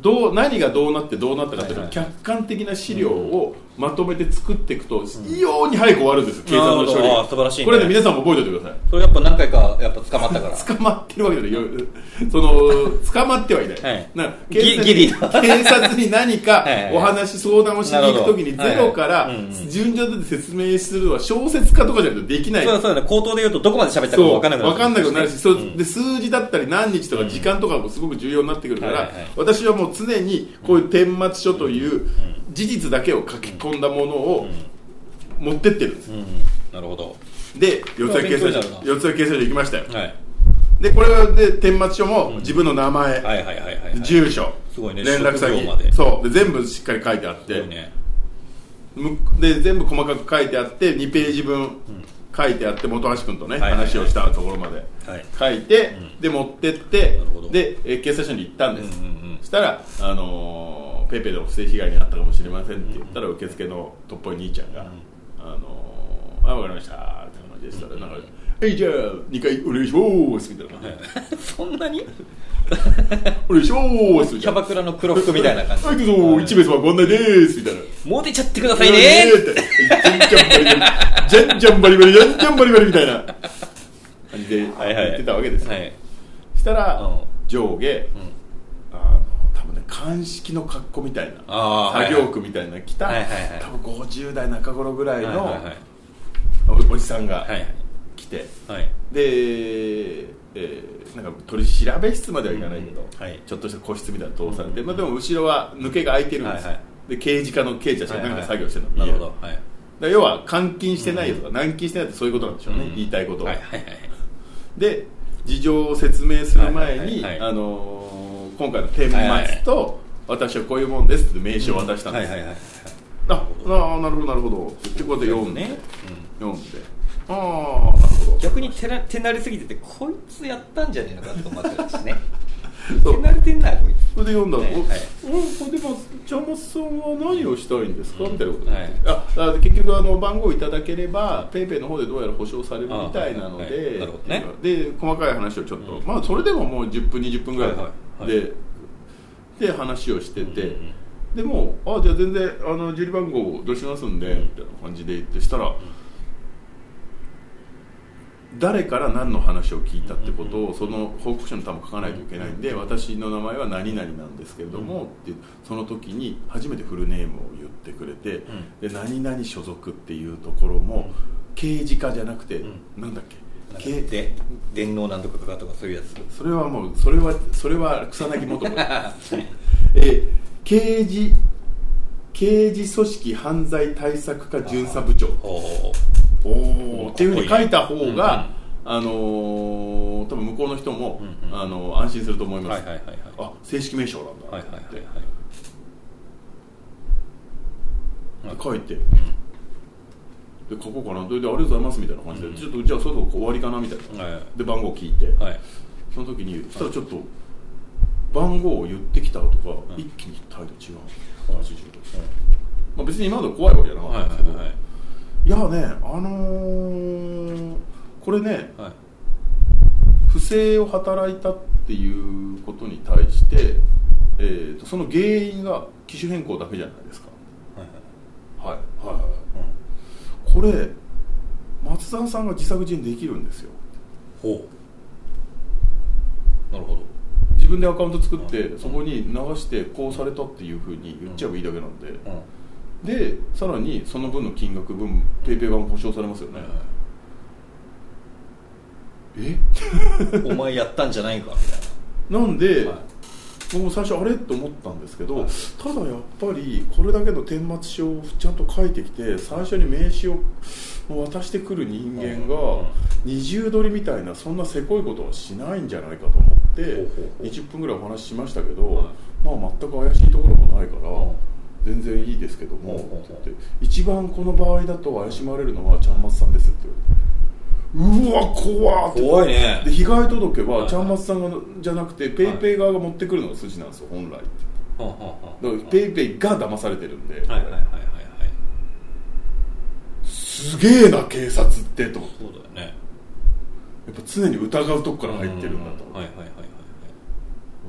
S1: どう何がどうなってどうなったかという
S2: はいはい
S1: 客観的な資料をまとめて作っていくと、異様に早く終わるんですよ警察の処理
S2: なるほど
S1: が
S2: あー素晴らしいね
S1: これで皆さんも覚えておいてください
S2: それやっぱ何回かやっぱ捕まったから
S1: 捕まってるわけじゃないよその捕まってはいない、
S2: はい
S1: な
S2: ギ
S1: 警察
S2: ギリ
S1: 警察に何か
S2: はいはい
S1: お話相談をしに行くときに
S2: なるほど
S1: ゼロから
S2: はいはいうんうん
S1: 順序で説明するのは小説家とかじゃないとできない
S2: そうだそうだね口頭で言うとどこまで喋ったか
S1: そう分
S2: 分かんなくなる
S1: かんなくなるし、そう
S2: うん
S1: で数字だったり何日とか時間とかもすごく重要になってくるから、
S2: はいはいはい
S1: 私はもう常にこういう顛末書という事実だけを書き込んだものを持ってってるんです
S2: うんなるほど
S1: で四谷警察
S2: 勉強になるな
S1: 署四谷警察署行きましたよ
S2: はい
S1: でこれで顛末書も自分の名前、
S2: はいはいはいはいはい
S1: 住所
S2: すごいね
S1: 連絡
S2: 職
S1: 先
S2: 業まで
S1: そうで全部しっかり書いてあっ
S2: す
S1: て、
S2: ごいね
S1: むで全部細かく書いてあって2ページ分書いてあって本橋君とね、
S2: はいはいはい
S1: 話をしたところまで
S2: はい
S1: 書いて、で持ってって
S2: なるほど
S1: でえー警察署に行ったんです、
S2: うんうんうん
S1: そしたら、あのーペイペイでも不正被害に遭ったかもしれませんって言ったら、受付のトップお兄ちゃんが「あのーあ分かりました」って感じでしたら、なんか「はいじゃあ2回お願いします」みたいな感じで
S2: そんなに
S1: 「お願いします」み
S2: キ
S1: た
S2: ャ
S1: いな
S2: バクラの黒服みたいな感じ
S1: はい、どうぞ、一名様ご案内です、みたいな。
S2: モテちゃってくださいね
S1: じゃんじゃんバリバリ、じゃんじゃんバリバリ、じゃんじゃんバリバリみたいな感じで言
S2: はいはい
S1: ってたわけですよ。
S2: はい
S1: したら
S2: うん、
S1: 上下、あの、多分ね、鑑識の格好みたいな
S2: あ、ー
S1: 作業服みたいなの着た
S2: はいはいはい、
S1: 多分50代中頃ぐらい
S2: はい
S1: の
S2: はい
S1: おおじさんが
S2: はい
S1: 来て、
S2: はいはい
S1: で、えーなんか取り調べ室まではいかないけど、
S2: うんはい
S1: ちょっとした個室みたいなの通されて、まあ、でも後ろは抜けが空いてるんですよ、
S2: はいは
S1: で刑事課の刑事たちがなんか作業してるの、
S2: な
S1: 家
S2: るほど
S1: で
S2: はい
S1: だから要は監禁してないよとか、軟禁してないってそういうことなんでしょうね、
S2: うん
S1: 言いたいことを、
S2: はいはいはい
S1: で事情を説明する前に、
S2: はいはいはい
S1: あのー今回の顛末と、私はこういうもんですって名刺を渡したんです、
S2: はいはいはい
S1: ああーなるほどなるほどってこうやって読んで、
S2: ね
S1: 読んでああなるほど
S2: 逆に手な手慣れすぎててこいつやったんじゃね えのかと思ってたしね手
S1: そう
S2: 慣れてんなこいつ
S1: それで読んだら、
S2: ねはい
S1: おうんこれでもちじゃあ松さんは何をしたいんですかみたいなこと、
S2: はい
S1: ああ結局あの番号いただければペイペイの方でどうやら保証されるみたいなので、
S2: あはいはいなるほどね
S1: で細かい話をちょっと、
S2: うん
S1: まあそれでももう10分20分ぐらいで、
S2: はいはいはい
S1: で話をしてて、
S2: うんうん
S1: でもうあじゃあ全然あの受理番号出しますんで、
S2: うん
S1: みたいな感じで言ってしたら、誰から何の話を聞いたってことをその報告書の多分書かないといけないんで、私の名前は何々なんですけれども、ってその時に初めてフルネームを言ってくれて、で何々所属っていうところも、刑事課じゃなくて、
S2: ん
S1: なんだっけ
S2: なんか
S1: 刑
S2: で電脳なんとかかとかそういうや つ
S1: それはもうそれはそれは草薙元子えー刑事刑事組織犯罪対策課巡査部長
S2: おー
S1: おーっていうふうに書いた方が、あのー多分向こうの人も、
S2: うんうん
S1: あのー安心すると思いま
S2: はい
S1: す、
S2: はいはいはい
S1: あ正式名称なんだ、
S2: はいはい
S1: って
S2: はい
S1: で
S2: はいはい
S1: 書いて、で書こうかなそれでありがとうございますみたいな感じで、ちょっとじゃあそろそろ終わりかなみたいな、
S2: はい
S1: で番号聞いて、
S2: はい
S1: その時にそしたらちょっと番号を言ってきたとか、
S2: うん
S1: 一気に態度違う話してるまあ、別に今まで怖いわけじゃなか
S2: は
S1: っ
S2: い
S1: たんですけど、
S2: はい
S1: いやねあのーこれね
S2: はい
S1: 不正を働いたっていうことに対して、えー、とその原因が機種変更だけじゃないですか
S2: はい
S1: はいはいはいこれ松沢さんが自作自演できるんですよ
S2: ほうなるほど
S1: 自分でアカウント作って、
S2: うん
S1: そこに流してこうされたっていうふうに言っちゃえばいいだけなんで、
S2: うん
S1: でさらにその分の金額分ペイペイ版も保証されますよね、え
S2: お前やったんじゃないか
S1: なんで、
S2: みたいな、はい
S1: 僕も最初あれと思ったんですけど、
S2: はい
S1: ただやっぱりこれだけの顛末書をちゃんと書いてきて最初に名刺を渡してくる人間
S2: うんうん
S1: が二重取りみたいなそんなせこいことはしないんじゃないかと思って
S2: ほうほうほう
S1: 20分ぐらいお話ししましたけど、
S2: は
S1: まあ、全く怪しいところもないから。
S2: うん
S1: 全然いいですけども、
S2: ほうほうほう
S1: って言って一番この場合だと怪しまれるのはちゃんまつさんですって言われてうわ怖っって
S2: 怖いね
S1: で被害届
S2: はいは
S1: はいちゃんまつさんがじゃなくてペイペイ側が持ってくるのが筋なんですよ本来って
S2: うんうん
S1: だ
S2: う
S1: か
S2: ん
S1: らペイペイが騙されてるんで、
S2: はいはいはいはいはい
S1: すげえな警察ってとや
S2: そうだよね
S1: っぱ常に疑うとこから入ってるんだと、
S2: うはいはいはいはい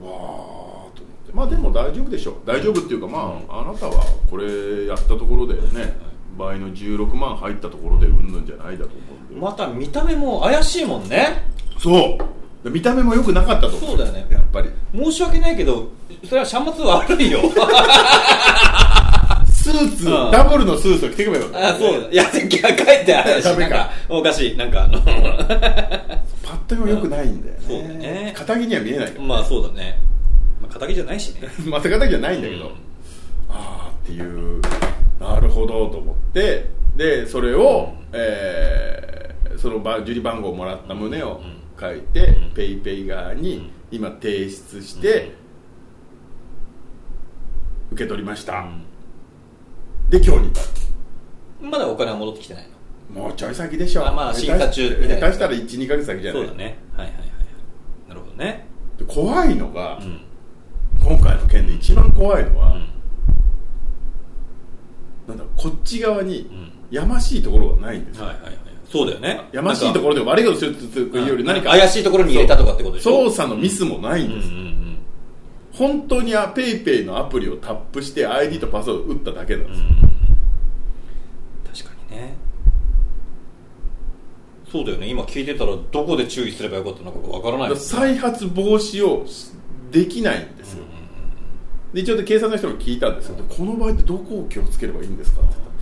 S2: はい
S1: わーと思ってまあでも大丈夫でしょ大丈夫っていうかまあ、あなたはこれやったところでね倍の16万入ったところでうんぬんじゃないだと思うんで
S2: また見た目も怪しいもんね
S1: そう見た目も良くなかったと思
S2: そうだよね
S1: やっぱり
S2: 申し訳ないけどそれはシャンマツ悪いよ
S1: スーツ
S2: うん
S1: ダブルのスーツを着てけばよかった
S2: あそうだいや逆帰ってあれだし
S1: ダメ
S2: なん
S1: か
S2: かおかしいなんかあの
S1: パッと見も良くないんだよね,、
S2: うんそうだね
S1: 肩着には見えないけど、
S2: まあそうだねまあ仇じゃないしね
S1: まあ、手肩着じゃないんだけど、
S2: うん
S1: ああっていうなるほどと思ってでそれを、
S2: うん
S1: えーそのば受理番号をもらった旨を
S2: うん
S1: 書いて、
S2: うん
S1: ペイペイ側に今提出して、受け取りました、で今日に至る
S2: まだお金は戻ってきてないの
S1: もうちょい先でしょ
S2: あまあ
S1: 下手し
S2: 進化中みたいな
S1: 下手したら12ヶ月先じゃない
S2: そうだねはいはいはいはいなるほどね
S1: で怖いのが
S2: う、ん
S1: 今回の件で一番怖いの
S2: う
S1: は、
S2: ん
S1: なんだろうこっち側
S2: う
S1: に
S2: ん
S1: やましいところがないんですよ、
S2: はいはいはいそうだよね
S1: やましいところで悪いことするというより何か
S2: 怪しいところに入れたとかってことでしょ
S1: 操作のミスもない
S2: うんん
S1: で
S2: うん
S1: す、本当にあ PayPay のアプリをタップして ID とパスワードを打っただけなん
S2: うんう
S1: で
S2: ん
S1: す、
S2: 確かにねそうだよね今聞いてたらどこで注意すればよかったのかわからな
S1: だから
S2: いもんね
S1: 再発防止をできないんですよ、で一応で警察の人も聞いたんですよ、でこの場合ってどこを気をつければいいんですかって言ったら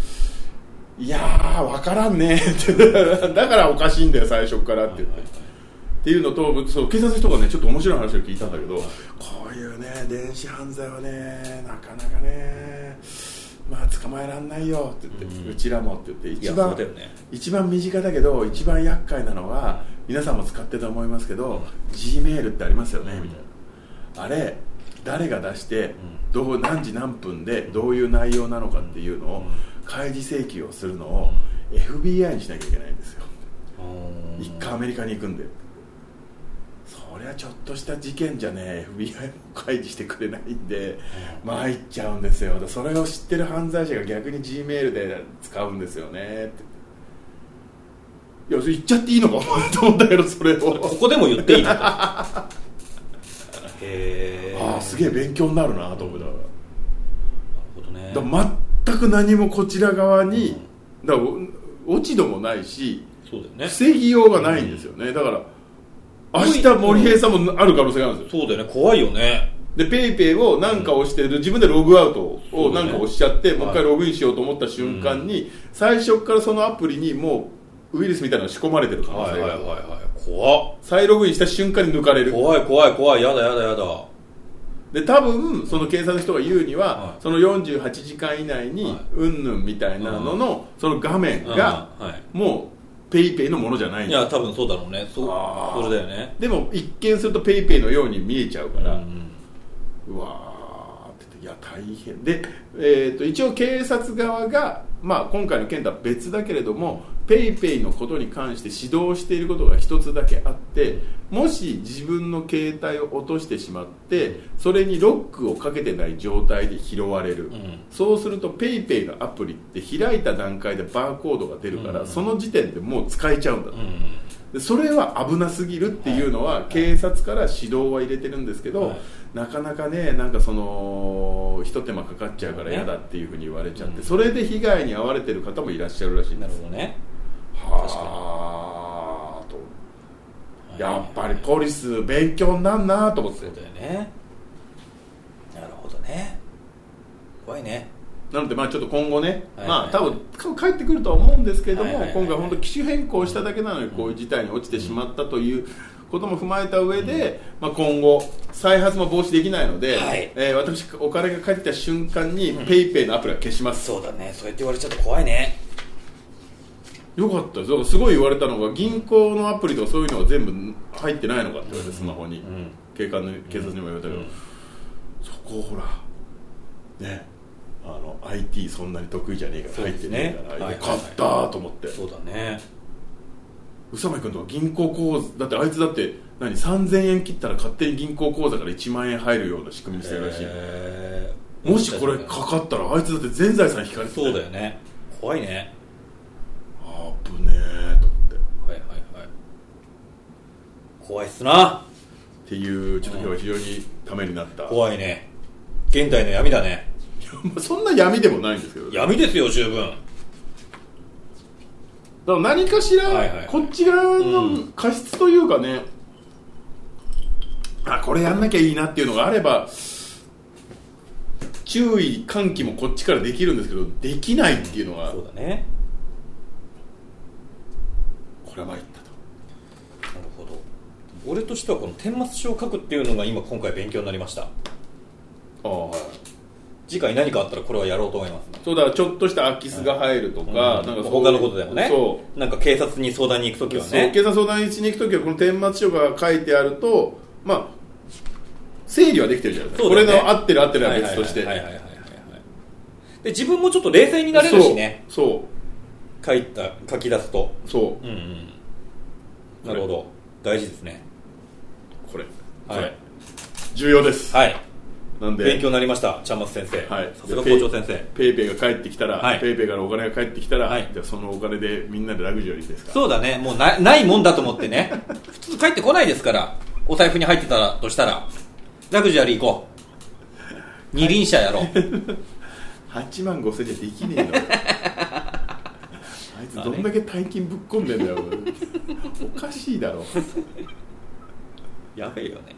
S1: いやー分からんねって だからおかしいんだよ最初からって言って、っていうのとそう警察の人がねちょっと面白い話を聞いたんだけど、こういうね電子犯罪はねなかなかねまあ捕まえらんないよって言って、う
S2: うん
S1: ちらもって言って
S2: いや
S1: 一
S2: そ
S1: 番
S2: うだよね
S1: 一番身近だけど一番厄介なのは皆さんも使ってると思いますけど G メールってありますよねみたいなあれ誰が出してどう何時何分でどういう内容なのかっていうのを開示請求をするのを FBI にしなきゃいけないんですよ
S2: うん
S1: 一回アメリカに行くんでそりゃかちょっとした事件じゃね FBI も開示してくれないんで参っちゃうんですよそれを知ってる犯罪者が逆に G メールで使うんですよねっていやそれ言っちゃっていいのかと思ったけどそれを
S2: ここでも言っていいのか へえ
S1: ああすげえ勉強になるなと思ったから。
S2: なるほどね
S1: だから全く何もこちら側に、だからお落ち度もないし
S2: そうだよね
S1: 防ぎようがないんですよね、だから明日森平さんもある可能性があるんですよ
S2: そうだよね怖いよね
S1: でペイペイを何か押してる自分でログアウトを何か押しちゃって、
S2: そうだね
S1: もう一回ログインしようと思った瞬間に、最初からそのアプリにもうウイルスみたいなのが仕込まれてる可能性がある、
S2: はい怖っ
S1: 再ログインした瞬間に抜かれる
S2: 怖い怖い怖いやだやだやだ
S1: で多分その警察の人が言うには、
S2: はい
S1: その48時間以内
S2: は
S1: に
S2: い
S1: うんぬんみたいなのの、その画面が、
S2: うんは
S1: もうペイペイのものじゃない
S2: い
S1: ん
S2: い
S1: だ
S2: や多分そうだろうねそ
S1: あー
S2: それだよね
S1: でも一見するとペイペイのように見えちゃうから、う
S2: うん
S1: わーって言っていや大変で、えー、と一応警察側が、まあ、今回の件とは別だけれどもペイペイのことに関して指導していることが一つだけあってもし自分の携帯を落としてしまってそれにロックをかけてない状態で拾われる、
S2: うん
S1: そうすると PayPay ペイペイのアプリって開いた段階でバーコードが出るから、
S2: うん
S1: その時点でもう使えちゃうんだ
S2: うんうん
S1: でそれは危なすぎるっていうのは警察から指導は入れてるんですけど、
S2: はい
S1: なかなかねなんかそのひと手間かかっちゃうから嫌だっていうふうに言われちゃって、
S2: うん
S1: それで被害に遭われてる方もいらっしゃるらしいん
S2: な
S1: で
S2: る
S1: す
S2: ほどね
S1: はあとやっぱり
S2: こ
S1: ポリス勉強になんなと思って
S2: そうだよねなるほどね怖いね
S1: なのでまあちょっと今後ね、
S2: はい
S1: まあ多分多分帰ってくるとは思うんですけれども、
S2: はいはいはい
S1: 今回本当機種変更しただけなのにこういう事態に落ちてしまったということも踏まえた上で、まあ今後再発も防止できないので、
S2: はい
S1: えー私お金が返ってきた瞬間に PayPay ペイペイのアプリは消します。
S2: そうだねそうやって言われちゃうと怖いね
S1: よかったです。だからすごい言われたのが銀行のアプリとかそういうのが全部入ってないのかって言われてスマホに、
S2: ん
S1: 警官の警察にも言われたけど、
S2: うん
S1: そこをほらね。あの IT そんなに得意じゃねえから入ってねえから、
S2: そうですね
S1: よかったーと思って、
S2: そうだね
S1: 宇佐美君とか銀行口座だってあいつだって何3000円切ったら勝手に銀行口座から1万円入るような仕組みにしてるらしい、
S2: えー
S1: もしこれかかったらあいつだって全財産引かれて
S2: そうだ
S1: よ
S2: よね怖いね
S1: あぶねえと思ってっ
S2: はいはいはい怖いっすな
S1: ていうちょっと今日は非常にためにな った、ま
S2: 怖いね現代の闇だ
S1: あ
S2: ね
S1: そんな闇でもないんですけどね
S2: 闇ですよ十分
S1: だから何かしら、
S2: はいはい
S1: こっち側の過失というかね、あこれやんなきゃいいなっていうのがあれば注意喚起もこっちからできるんですけどできないっていうのが、
S2: そうだね
S1: これは参ったと
S2: なるほど俺としてはこの顛末書を書くっていうのが今今回勉強になりました
S1: ああはい
S2: 次回何かあったらこれはやろうと思います
S1: そうだからちょっとした空き巣が入るとか、
S2: うん
S1: なんかそういう
S2: 他のことでもね
S1: そう
S2: なんか警察に相談に行く時は
S1: そう
S2: ね
S1: 警察相談しに行く時はこの顛末書が書いてあるとまあ整理はできてるじゃないですか、
S2: そ
S1: こ
S2: うだ
S1: れ
S2: ね
S1: の合ってる合ってるは別として
S2: はいはいはいはいはいはいで自分もちょっと冷静になれるしね
S1: そう
S2: 書いた書き出すと
S1: そうそう
S2: うんうんなるほど大事ですね
S1: これ
S2: はい
S1: これ重要です、
S2: はい
S1: なんで
S2: 勉強になりましたちゃんまつ先生
S1: はい
S2: さすが校長先生
S1: ペイペイが帰ってきたら、
S2: はい
S1: ペイペイからお金が返ってきたら、
S2: はい
S1: じゃあそのお金でみんなでラグジュアリーですか
S2: そうだねもうなないもんだと思ってね普通帰ってこないですからお財布に入ってたらとしたらラグジュアリー行こう二輪車やろう、
S1: 8万5千じゃできねえ のあいつどんだけ大金ぶっ込んでんだよおかしいだろ
S2: やべえよね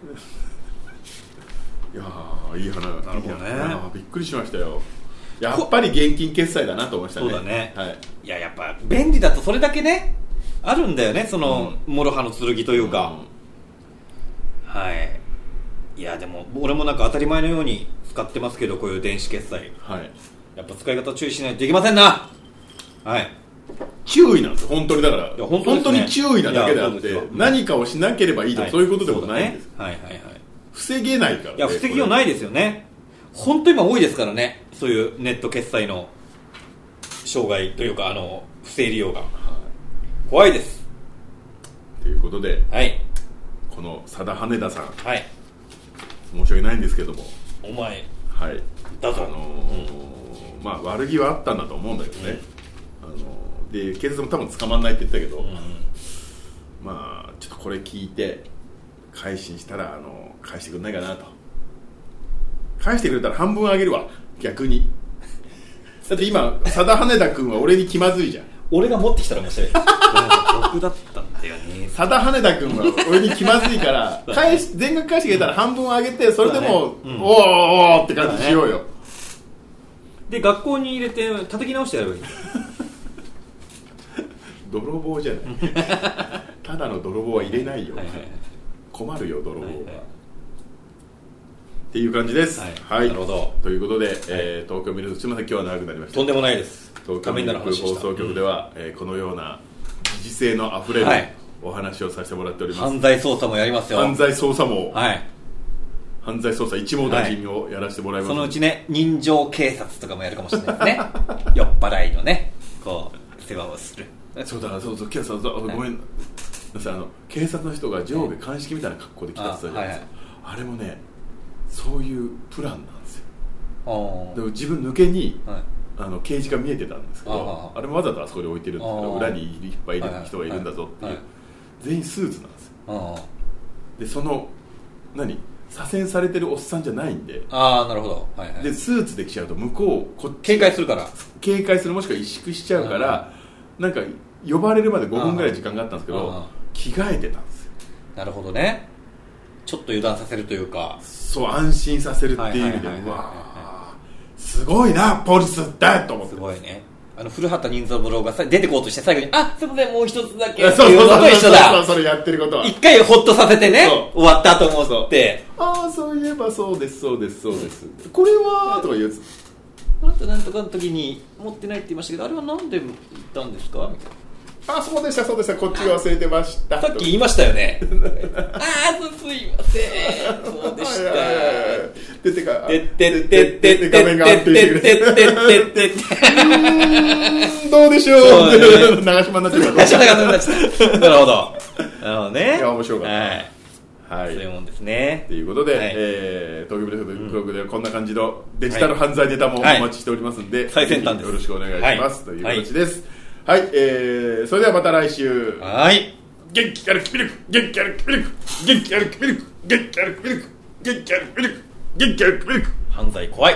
S1: いやーいい花
S2: なるほどね
S1: いい花びっくりしましたよやっぱり現金決済だなと思いましたね
S2: そうだね
S1: はい、
S2: いややっぱ便利だとそれだけねあるんだよねその、もろ刃の剣というか、はいいやでも俺もなんか当たり前のように使ってますけどこういう電子決済
S1: はい、
S2: やっぱ使い方注意しないといけませんなはい
S1: 注意なんですよ本当にだから
S2: いや本当ですね
S1: に注意なだけであっ
S2: いやそうです
S1: て
S2: よ
S1: 何かをしなければいいとか、
S2: は
S1: そういうことでもないんです、
S2: そうだね、はいはいはい
S1: 防げないから、ね、
S2: いや、防ぎようないいですよね。本当今多いですからね。そういうネット決済の障害というか、あの、不正利用が。怖いです。
S1: ということで
S2: はい。
S1: この佐田羽田さん
S2: はい
S1: 申し訳ないんですけども
S2: お前
S1: はい
S2: だ
S1: あ
S2: ぞ
S1: のーまあ悪気はあったんだと思うんだけどね、あのーで警察も多分捕まんないって言ったけど、まあちょっとこれ聞いて改心したら、あのー返してくんないかなと返してくれたら半分あげるわ逆 にだって今佐田羽田君は俺に気まずいじゃん
S2: 俺が持ってきたら面白い 僕だったんだよね
S1: 佐田羽田君は俺に気まずいから 返し全額返してくれたら半分あげてそれでも、
S2: そうだねうん
S1: おーおーおーって感じしようよ
S2: で学校に入れて叩き直してやればいい
S1: 泥棒 じゃないただの泥棒は入れないよ、
S2: はいはいはい
S1: 困るよ泥棒は、
S2: はいはい
S1: っていう感じです
S2: はいなるほど
S1: ということで、えー東京ミルクすみません今日は長くなりました
S2: とんでもないです
S1: 東
S2: た
S1: 京
S2: め
S1: ミ
S2: にな
S1: ルク
S2: る話で
S1: 放
S2: した
S1: 送局では、えーこのような時事性のあふれる
S2: はい
S1: お話をさせてもらっております、
S2: 犯罪捜査もやりますよ
S1: 犯罪捜査も、
S2: はい
S1: 犯罪捜査一網打尽をやらせてもらいます
S2: そ
S1: ので、
S2: のうちね人情警察とかもやるかもしれない ですね酔っ払いのねこう世話をする
S1: そうだそうそう今日さそうごめんなさいあの警察の人が上下鑑識みたいな格好で来たって言ったじゃないですかあ,、れもねそういうプランなんですよ
S2: おー
S1: でも自分抜けに
S2: はい
S1: あのケージが見えてたんですけ
S2: あ
S1: ど
S2: あ
S1: あれもわざとあそこに置いてるんですけ
S2: あ
S1: ど
S2: あ
S1: 裏にいっぱいいる人がいるんだぞっていう
S2: はいはい
S1: 全員スーツなんですよ
S2: あー
S1: でその何左遷されてるおっさんじゃないんで
S2: あーなるほど、はいはい、
S1: でスーツで来ちゃうと向こうこっち
S2: 警戒するから
S1: 警戒するもしくは萎縮しちゃうからなんか呼ばれるまで5分ぐらい時間があったんですけ
S2: あ
S1: ど
S2: あ
S1: 着替えてたんですよ
S2: なるほどねちょっと油断させるというか
S1: そう安心させるっていう意味で
S2: はいはいはいはいう
S1: わーすごいなポリスってと思っ
S2: す
S1: て
S2: ごいねあの古畑任三郎がさ出てこうとして最後に「あすいませんもう一つだけ」って
S1: そう
S2: い
S1: そう
S2: う
S1: そう
S2: のと一緒
S1: そう
S2: だ
S1: そうそれやってることは
S2: 一回ホッとさせてね
S1: そう
S2: 終わったと思って
S1: ああそういえばそうですそうですそうですこれはとか言うやつ
S2: あなたなんとかの時に持ってないって言いましたけどあれはなんで言ったんですかみたい
S1: あそうでしたそうでしたこっちが忘れてました
S2: なさっき言いました よねああすすいませんそうでし
S1: はいはいはいはい
S2: た
S1: 出てか
S2: てってってってってって
S1: 画面があ
S2: っ
S1: ってい
S2: て
S1: く
S2: ってってって
S1: う
S2: ってって
S1: ーんどうでしょう
S2: そうだね
S1: って長島になって
S2: なっちゃ
S1: る
S2: ったかなっちゃったなるほどなるほどね
S1: いや面白かった
S2: はい
S1: は
S2: そういう
S1: い
S2: もんですね
S1: ということで、
S2: はい
S1: えー、東京ブレスブログではこんな感じのデジタル犯罪ネタもお
S2: はい
S1: 待ちしておりますんで、
S2: 最先端です
S1: よろしくお願いします、と
S2: はい
S1: いう形ですはい、えー、それではまた来週
S2: はい
S1: 元気あるミルク元気あるミルク元気あるミルク元気あるミルク元気あるミルク元気あるミルク
S2: 犯罪怖い